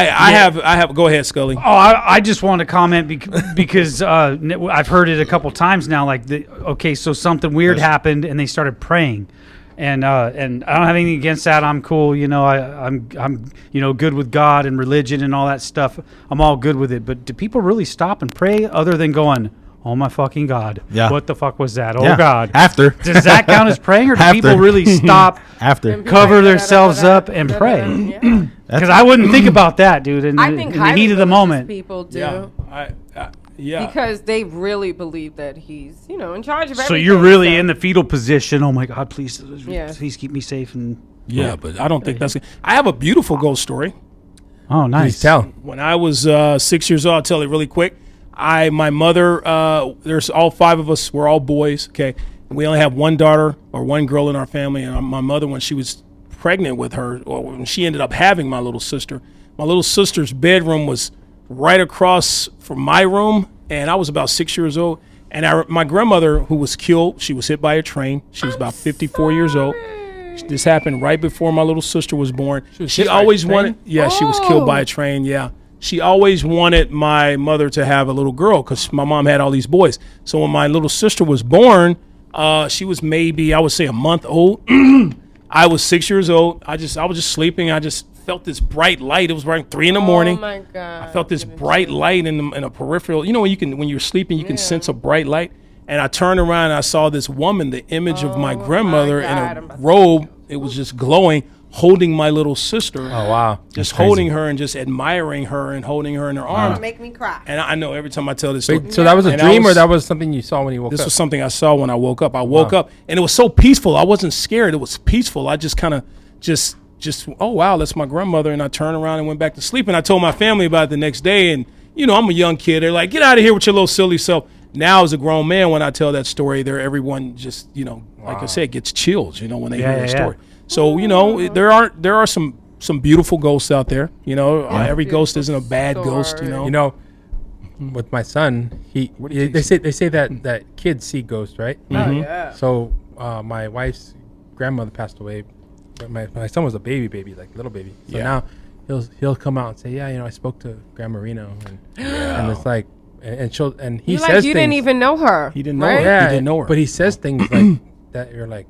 [SPEAKER 2] I have, I have. Go ahead, Scully.
[SPEAKER 5] Oh, I, I just want to comment bec- because uh, n- I've heard it a couple times now. Like, the, okay, so something weird happened, and they started praying, and uh, and I don't have anything against that. I'm cool, you know. I, I'm I'm you know good with God and religion and all that stuff. I'm all good with it. But do people really stop and pray other than going, "Oh my fucking God,
[SPEAKER 6] Yeah.
[SPEAKER 5] what the fuck was that? Oh
[SPEAKER 6] Yeah.
[SPEAKER 5] God."
[SPEAKER 6] after
[SPEAKER 5] Does that count as praying, or do
[SPEAKER 6] After.
[SPEAKER 5] people really stop?
[SPEAKER 6] after
[SPEAKER 5] Cover themselves up and
[SPEAKER 3] Da-da-da-da-da. Yeah.
[SPEAKER 5] Because I wouldn't think about that, dude. In,
[SPEAKER 3] I
[SPEAKER 5] the-
[SPEAKER 3] think
[SPEAKER 5] in the heat
[SPEAKER 3] highly
[SPEAKER 5] of the
[SPEAKER 3] religious
[SPEAKER 5] moment,
[SPEAKER 3] people do.
[SPEAKER 2] Yeah, I, I, yeah.
[SPEAKER 3] Because they really believe that he's, you know, in charge of
[SPEAKER 5] So
[SPEAKER 3] everything.
[SPEAKER 5] you're really
[SPEAKER 3] so-
[SPEAKER 5] in the fetal position. Oh my God! Please,
[SPEAKER 3] Yeah.
[SPEAKER 5] please keep me safe. And
[SPEAKER 2] yeah, but I don't think that's. I have a beautiful ghost story.
[SPEAKER 5] oh, nice.
[SPEAKER 4] Please tell.
[SPEAKER 2] When I was uh, six years old, I'll tell it really quick. I, my mother, uh, there's all five of us. We're all boys. Okay, we only have one daughter or one girl in our family. And my mother, when she was pregnant with her, or when she ended up having my little sister, my little sister's bedroom was right across from my room, and I was about six years old. And I, my grandmother, who was killed, she was hit by a train. She was about 54 years old. This happened right before my little sister was born. She,
[SPEAKER 4] hit by a
[SPEAKER 2] always
[SPEAKER 4] train?
[SPEAKER 2] wanted, yeah, she was killed
[SPEAKER 3] Oh.
[SPEAKER 2] by a train. Yeah, she always wanted my mother to have a little girl because my mom had all these boys. So when my little sister was born, uh, she was maybe I would say a month old. I was six years old. I just I was just sleeping. I just felt this bright light. It was around three in the morning.
[SPEAKER 3] Oh my God.
[SPEAKER 2] I felt this bright light in, the, in a peripheral. You know when you can when you're sleeping, you can sense a bright light. And I turned around and I saw this woman, the image of my grandmother
[SPEAKER 3] Oh God, I'm
[SPEAKER 2] in a
[SPEAKER 3] about to
[SPEAKER 2] robe. It was just glowing, holding my little sister.
[SPEAKER 4] Oh, wow.
[SPEAKER 2] Just holding her and just admiring her and holding her in her arms.
[SPEAKER 3] Make me cry.
[SPEAKER 2] And I I know every time I tell this story.
[SPEAKER 4] Wait, so that was a
[SPEAKER 2] And I
[SPEAKER 4] dream, or
[SPEAKER 2] was-
[SPEAKER 4] that was something you saw when you woke
[SPEAKER 2] this
[SPEAKER 4] up?
[SPEAKER 2] was something I saw when I woke up. I woke up and it was so peaceful. I wasn't scared. It was peaceful. I just kind of just just oh wow, that's my grandmother. And I turned around and went back to sleep. And I told my family about it the next day. And you know I'm a young kid. They're like, get out of here with your little silly self. Now as a grown man, when I tell that story, there everyone just you know like I said gets chills. You know when they
[SPEAKER 5] Yeah,
[SPEAKER 2] hear that
[SPEAKER 5] yeah, yeah.
[SPEAKER 2] story. So you know it- there are there are some some beautiful ghosts out there. You know uh, every ghost isn't a bad ghost. You
[SPEAKER 3] story.
[SPEAKER 2] know.
[SPEAKER 4] you know, with my son, he they, say they say that that kids see ghosts, right?
[SPEAKER 3] Oh, yeah.
[SPEAKER 4] So uh, my wife's grandmother passed away my, my son was a baby, baby, like little baby. So
[SPEAKER 2] Yeah.
[SPEAKER 4] now he'll he'll come out and say, yeah, you know, I spoke to Gran Marino, and, and it's like, and, and she'll and he
[SPEAKER 3] you
[SPEAKER 4] says
[SPEAKER 3] like you didn't
[SPEAKER 4] things-
[SPEAKER 3] even know her.
[SPEAKER 2] He didn't know
[SPEAKER 3] right?
[SPEAKER 2] her.
[SPEAKER 4] yeah,
[SPEAKER 2] You didn't know her.
[SPEAKER 4] but he says things like that. You're like,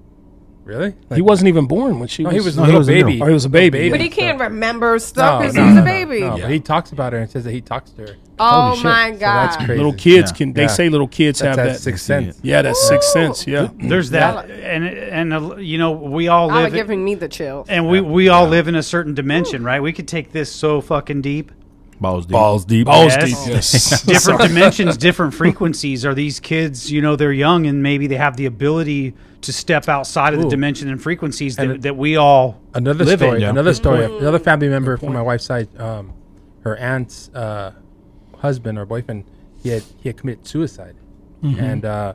[SPEAKER 4] really? Like,
[SPEAKER 2] he wasn't even born when she
[SPEAKER 4] No,
[SPEAKER 2] was.
[SPEAKER 4] he was
[SPEAKER 6] No, he
[SPEAKER 4] a little
[SPEAKER 6] was a
[SPEAKER 4] baby.
[SPEAKER 2] little- Oh, he was a baby.
[SPEAKER 3] But he
[SPEAKER 4] so-
[SPEAKER 3] can't remember
[SPEAKER 4] No,
[SPEAKER 3] stuff because
[SPEAKER 4] no,
[SPEAKER 3] he's
[SPEAKER 4] no,
[SPEAKER 3] a
[SPEAKER 4] no,
[SPEAKER 3] baby.
[SPEAKER 4] no, but he talks about her and says that he talks to her.
[SPEAKER 3] Oh
[SPEAKER 6] shit.
[SPEAKER 3] my god!
[SPEAKER 4] So that's crazy.
[SPEAKER 2] little kids
[SPEAKER 6] Yeah.
[SPEAKER 2] can. They
[SPEAKER 4] Yeah.
[SPEAKER 2] say little kids
[SPEAKER 4] That's
[SPEAKER 2] have
[SPEAKER 4] that
[SPEAKER 2] that.
[SPEAKER 4] sixth sense.
[SPEAKER 2] yeah, that's sixth sense. Yeah.
[SPEAKER 5] There's that, and and uh, you know we all
[SPEAKER 3] Y'all are
[SPEAKER 5] live,
[SPEAKER 3] giving me the chills.
[SPEAKER 5] and we we all live in a certain dimension, right? We could take this so fucking deep.
[SPEAKER 6] Balls deep.
[SPEAKER 2] Balls deep. Balls
[SPEAKER 5] Balls
[SPEAKER 2] deep.
[SPEAKER 5] deep.
[SPEAKER 2] Yes.
[SPEAKER 5] different dimensions, different frequencies. Are these kids, you know, they're young and maybe they have the ability to step outside of the dimension and frequencies that, that we all
[SPEAKER 4] another
[SPEAKER 5] live in.
[SPEAKER 4] story.
[SPEAKER 6] Yeah.
[SPEAKER 4] Another story. Another family member from my wife's side. Um, her aunt's uh, husband or boyfriend. He had he had committed suicide,
[SPEAKER 2] Mm-hmm.
[SPEAKER 4] and uh,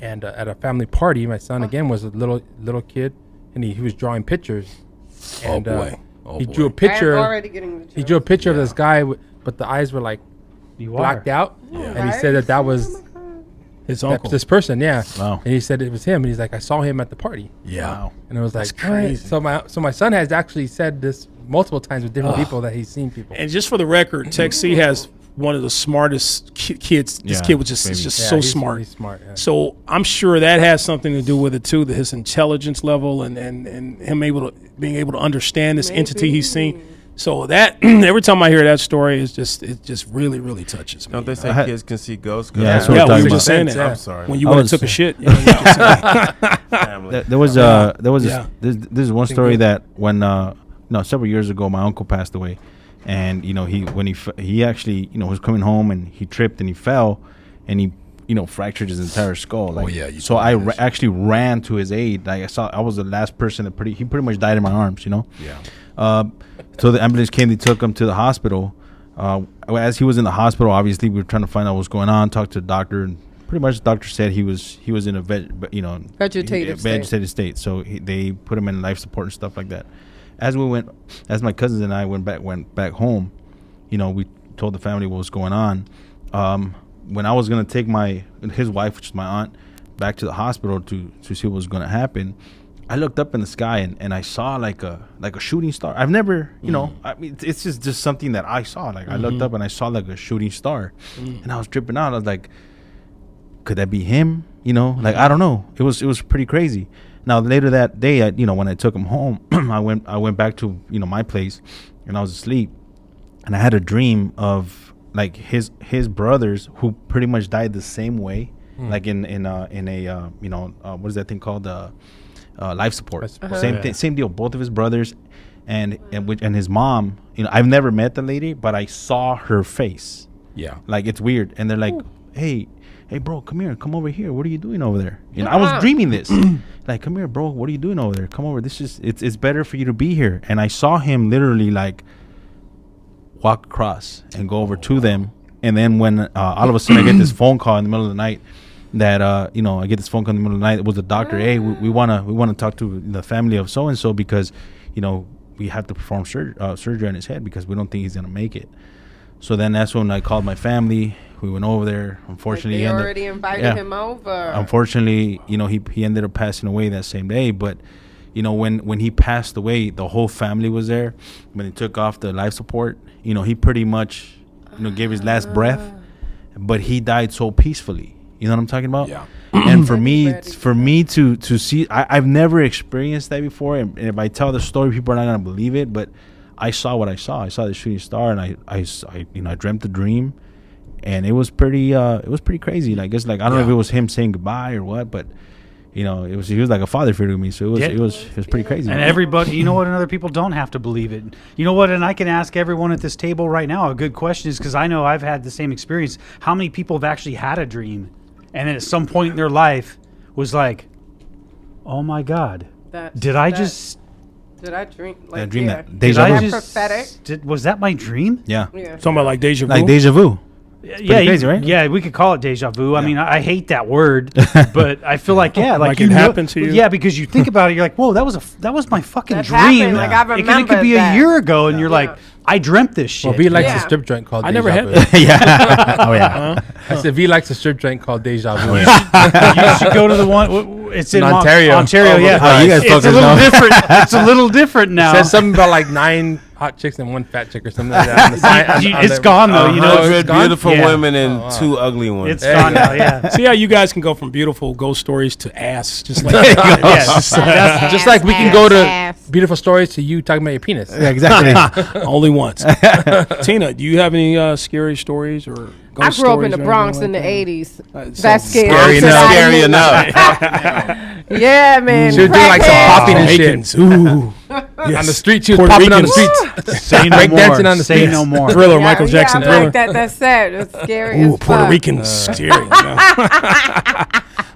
[SPEAKER 4] and uh, at a family party, my son again was a little little kid, and he, he was drawing pictures. And,
[SPEAKER 2] boy.
[SPEAKER 4] Uh,
[SPEAKER 2] Oh,
[SPEAKER 4] he
[SPEAKER 2] boy.
[SPEAKER 4] drew a
[SPEAKER 3] I'm
[SPEAKER 4] picture.
[SPEAKER 3] already getting the chills.
[SPEAKER 4] He drew a picture of this guy, wi- but the eyes were like
[SPEAKER 5] You
[SPEAKER 4] blacked
[SPEAKER 5] are.
[SPEAKER 4] out, and he said that that was
[SPEAKER 2] His
[SPEAKER 4] that,
[SPEAKER 2] uncle.
[SPEAKER 4] this person. Yeah.
[SPEAKER 6] Wow.
[SPEAKER 4] And he said it was him, and he's like, I saw him at the party.
[SPEAKER 2] yeah.
[SPEAKER 4] And it was like
[SPEAKER 2] That's crazy.
[SPEAKER 4] "Alright." So my so my son has actually said this multiple times with different people that he's seen people.
[SPEAKER 2] And just for the record, Tech C has one of the smartest ki- kids. This
[SPEAKER 6] Yeah,
[SPEAKER 2] kid was just is
[SPEAKER 6] maybe.
[SPEAKER 2] just
[SPEAKER 4] Yeah,
[SPEAKER 2] so
[SPEAKER 4] he's-
[SPEAKER 2] smart.
[SPEAKER 4] he's smart, yeah.
[SPEAKER 2] So I'm sure that has something to do with it too. That his intelligence level and and and him able to being able to understand this entity he's seen. So that every time I hear that story, it's just it just really really touches me.
[SPEAKER 7] Don't they say
[SPEAKER 6] I had-
[SPEAKER 7] kids can see ghosts? 'Cause
[SPEAKER 6] Yeah,
[SPEAKER 7] I
[SPEAKER 6] that's
[SPEAKER 7] had
[SPEAKER 6] what
[SPEAKER 2] yeah,
[SPEAKER 6] we're
[SPEAKER 2] we
[SPEAKER 6] talking
[SPEAKER 2] were
[SPEAKER 6] about.
[SPEAKER 2] just saying
[SPEAKER 7] sense,
[SPEAKER 2] that.
[SPEAKER 7] yeah. I'm sorry.
[SPEAKER 2] When you
[SPEAKER 6] I
[SPEAKER 2] went and
[SPEAKER 6] was-
[SPEAKER 2] took a shit, you know, you just-
[SPEAKER 7] family.
[SPEAKER 6] There, there was uh there was
[SPEAKER 2] Yeah.
[SPEAKER 6] a, this, this is one story that when uh no several years ago my uncle passed away, and you know he when he f- he actually you know was coming home and he tripped and he fell, and he you know fractured his entire skull. Like,
[SPEAKER 9] Oh, yeah, you
[SPEAKER 6] so
[SPEAKER 9] told me
[SPEAKER 6] I
[SPEAKER 9] this.
[SPEAKER 6] ra- actually ran to his aid. Like I saw I was the last person that pretty he pretty much died in my arms. You know.
[SPEAKER 9] Yeah.
[SPEAKER 6] Uh, so the ambulance came. They took him to the hospital. Uh, as he was in the hospital, obviously we were trying to find out what's going on. Talked to the doctor, and pretty much the doctor said he was he was in a veg, you know
[SPEAKER 3] Vegetative state.
[SPEAKER 6] vegetative state. So he, they put him in life support and stuff like that. As we went, as my cousins and I went back went back home, you know, we told the family what was going on. Um, when I was gonna take my his wife, which is my aunt, back to the hospital to to see what was gonna happen, I looked up in the sky and, and I saw like a like a shooting star. I've never, you know, I mean, it's- it's just just something that I saw. Like I looked up and I saw like a shooting star, and I was tripping out. I was like, could that be him? You know, like I don't know. It was it was pretty crazy. Now later that day, I, you know, when I took him home, I went I went back to you know my place, and I was asleep, and I had a dream of like his his brothers who pretty much died the same way, like in in uh, in a uh, you know uh, what is that thing called uh, uh, life support? Same thing, same deal. Both of his brothers, and and which and his mom. You know, I've never met the lady, but I saw her face.
[SPEAKER 2] yeah.
[SPEAKER 6] Like it's weird. And they're like, hey, hey, bro, come here, come over here. What are you doing over there? You know, I was dreaming this. like, come here, bro. What are you doing over there? Come over. This is it's it's better for you to be here. And I saw him literally like walk across and go over to them. And then when uh, all of a sudden I get this phone call in the middle of the night that uh, you know I get this phone call in the middle of the night with the doctor. Hey, we, we wanna we wanna talk to the family of so and so because you know we have to perform sur- uh, surgery on his head because we don't think he's gonna make it. So then that's when I called my family. We went over there. Unfortunately,
[SPEAKER 3] They
[SPEAKER 6] he ended-
[SPEAKER 3] already invited
[SPEAKER 6] Yeah. Um,
[SPEAKER 3] him over.
[SPEAKER 6] Unfortunately, you know, he, he ended up passing away that same day. But, you know, when, when he passed away, the whole family was there. When they took off the life support, you know, he pretty much, you know, gave his last breath. But he died so peacefully. You know what I'm talking about?
[SPEAKER 2] Yeah.
[SPEAKER 6] and for me, for me to to see, I, I've never experienced that before. And, and if I tell the story, people are not gonna believe it. But I saw what I saw. I saw the shooting star, and I, I, s- I- you know, I dreamt the dream, and it was pretty, uh, it was pretty crazy. Like it's like I don't know if it was him saying goodbye or what, but you know, it was he was like a father figure to me. So it was,
[SPEAKER 5] Yeah.
[SPEAKER 6] it was, it was pretty crazy.
[SPEAKER 5] And everybody, you know what? And other people don't have to believe it. You know what? And I can ask everyone at this table right now a good question is because I know I've had the same experience. How many people have actually had a dream and then at some point in their life was like, oh my God,
[SPEAKER 3] That-
[SPEAKER 5] did I
[SPEAKER 3] that-
[SPEAKER 5] just.
[SPEAKER 3] Did I dream? Like,
[SPEAKER 6] I dreamed
[SPEAKER 3] yeah.
[SPEAKER 6] that
[SPEAKER 5] Did
[SPEAKER 6] deja
[SPEAKER 5] I
[SPEAKER 6] vu.
[SPEAKER 5] just
[SPEAKER 3] prophetic?
[SPEAKER 5] Did, was that my dream?
[SPEAKER 6] yeah,
[SPEAKER 3] Yeah.
[SPEAKER 2] Talking about like deja vu.
[SPEAKER 6] like deja vu.
[SPEAKER 5] yeah, you-
[SPEAKER 6] crazy, right?
[SPEAKER 5] Yeah, we could call it deja vu. I mean, I I hate that word, but I feel like yeah, like,
[SPEAKER 2] Like
[SPEAKER 5] you
[SPEAKER 2] it
[SPEAKER 5] know-
[SPEAKER 2] happened to you?
[SPEAKER 5] Yeah, because you think about it, you're like, "Whoa, that was a f- that was my fucking
[SPEAKER 3] That
[SPEAKER 5] dream."
[SPEAKER 3] happened, like, I
[SPEAKER 5] It could- it could
[SPEAKER 3] remembered
[SPEAKER 5] be a
[SPEAKER 3] that.
[SPEAKER 5] year ago and you're like, I dreamt this shit.
[SPEAKER 4] Well, V likes
[SPEAKER 3] Yeah.
[SPEAKER 4] a strip joint called
[SPEAKER 2] I
[SPEAKER 4] Deja
[SPEAKER 2] never had
[SPEAKER 4] Vu.
[SPEAKER 2] that.
[SPEAKER 6] yeah. oh yeah.
[SPEAKER 4] I said V likes a strip joint called Deja Vu.
[SPEAKER 5] you should go to the one. w- w- It's in,
[SPEAKER 4] In
[SPEAKER 5] Mon-
[SPEAKER 4] Ontario.
[SPEAKER 5] Ontario,
[SPEAKER 4] Oh,
[SPEAKER 5] yeah.
[SPEAKER 4] oh, you guys
[SPEAKER 5] it's a
[SPEAKER 4] fuckers
[SPEAKER 5] little
[SPEAKER 4] know.
[SPEAKER 5] different. It's a little different now.
[SPEAKER 4] Says something about like nine hot chicks and one fat chick or something like that. on the sign- on-
[SPEAKER 5] You-
[SPEAKER 4] on
[SPEAKER 5] it's
[SPEAKER 4] the- Oh.
[SPEAKER 5] gone though. You know,
[SPEAKER 4] it's
[SPEAKER 7] hundred
[SPEAKER 4] gone?
[SPEAKER 7] beautiful
[SPEAKER 5] Uh, Yeah.
[SPEAKER 7] women and two ugly ones.
[SPEAKER 5] it's gone now. Yeah.
[SPEAKER 2] See how you guys can go from beautiful ghost stories to ass, just like that.
[SPEAKER 5] Yes.
[SPEAKER 3] Ass,
[SPEAKER 4] Just like we can go to
[SPEAKER 3] ass, ass.
[SPEAKER 4] beautiful stories to you talking about your penis.
[SPEAKER 6] Yeah, exactly.
[SPEAKER 2] only once. Tina, do you have any uh, scary stories or? Ghost
[SPEAKER 3] I grew up in
[SPEAKER 2] stories
[SPEAKER 3] the
[SPEAKER 2] or
[SPEAKER 3] Bronx
[SPEAKER 2] anything
[SPEAKER 3] in the
[SPEAKER 2] like that?
[SPEAKER 3] '80s.
[SPEAKER 2] so
[SPEAKER 3] That's scary.
[SPEAKER 7] scary
[SPEAKER 3] That's
[SPEAKER 7] enough.
[SPEAKER 3] what I
[SPEAKER 7] Scary
[SPEAKER 3] mean.
[SPEAKER 7] enough.
[SPEAKER 3] Yeah, man.
[SPEAKER 4] She would do like some
[SPEAKER 3] Crackheads.
[SPEAKER 4] popping and shit.
[SPEAKER 2] Jamaicans. Ooh.
[SPEAKER 4] On
[SPEAKER 2] Yes.
[SPEAKER 4] the street, she was
[SPEAKER 2] Puerto
[SPEAKER 4] popping on the
[SPEAKER 2] Ricans.
[SPEAKER 4] streets.
[SPEAKER 5] Say no
[SPEAKER 4] Break
[SPEAKER 5] more.
[SPEAKER 4] dancing on the
[SPEAKER 5] Say
[SPEAKER 4] streets.
[SPEAKER 5] no more.
[SPEAKER 2] Thriller,
[SPEAKER 3] Yeah,
[SPEAKER 2] Michael
[SPEAKER 3] yeah,
[SPEAKER 2] Jackson.
[SPEAKER 3] I'm
[SPEAKER 2] thriller.
[SPEAKER 3] Like that. That's sad. It's scary.
[SPEAKER 2] Ooh,
[SPEAKER 3] as
[SPEAKER 2] Puerto
[SPEAKER 3] fuck.
[SPEAKER 2] Rican
[SPEAKER 4] Uh.
[SPEAKER 2] scary.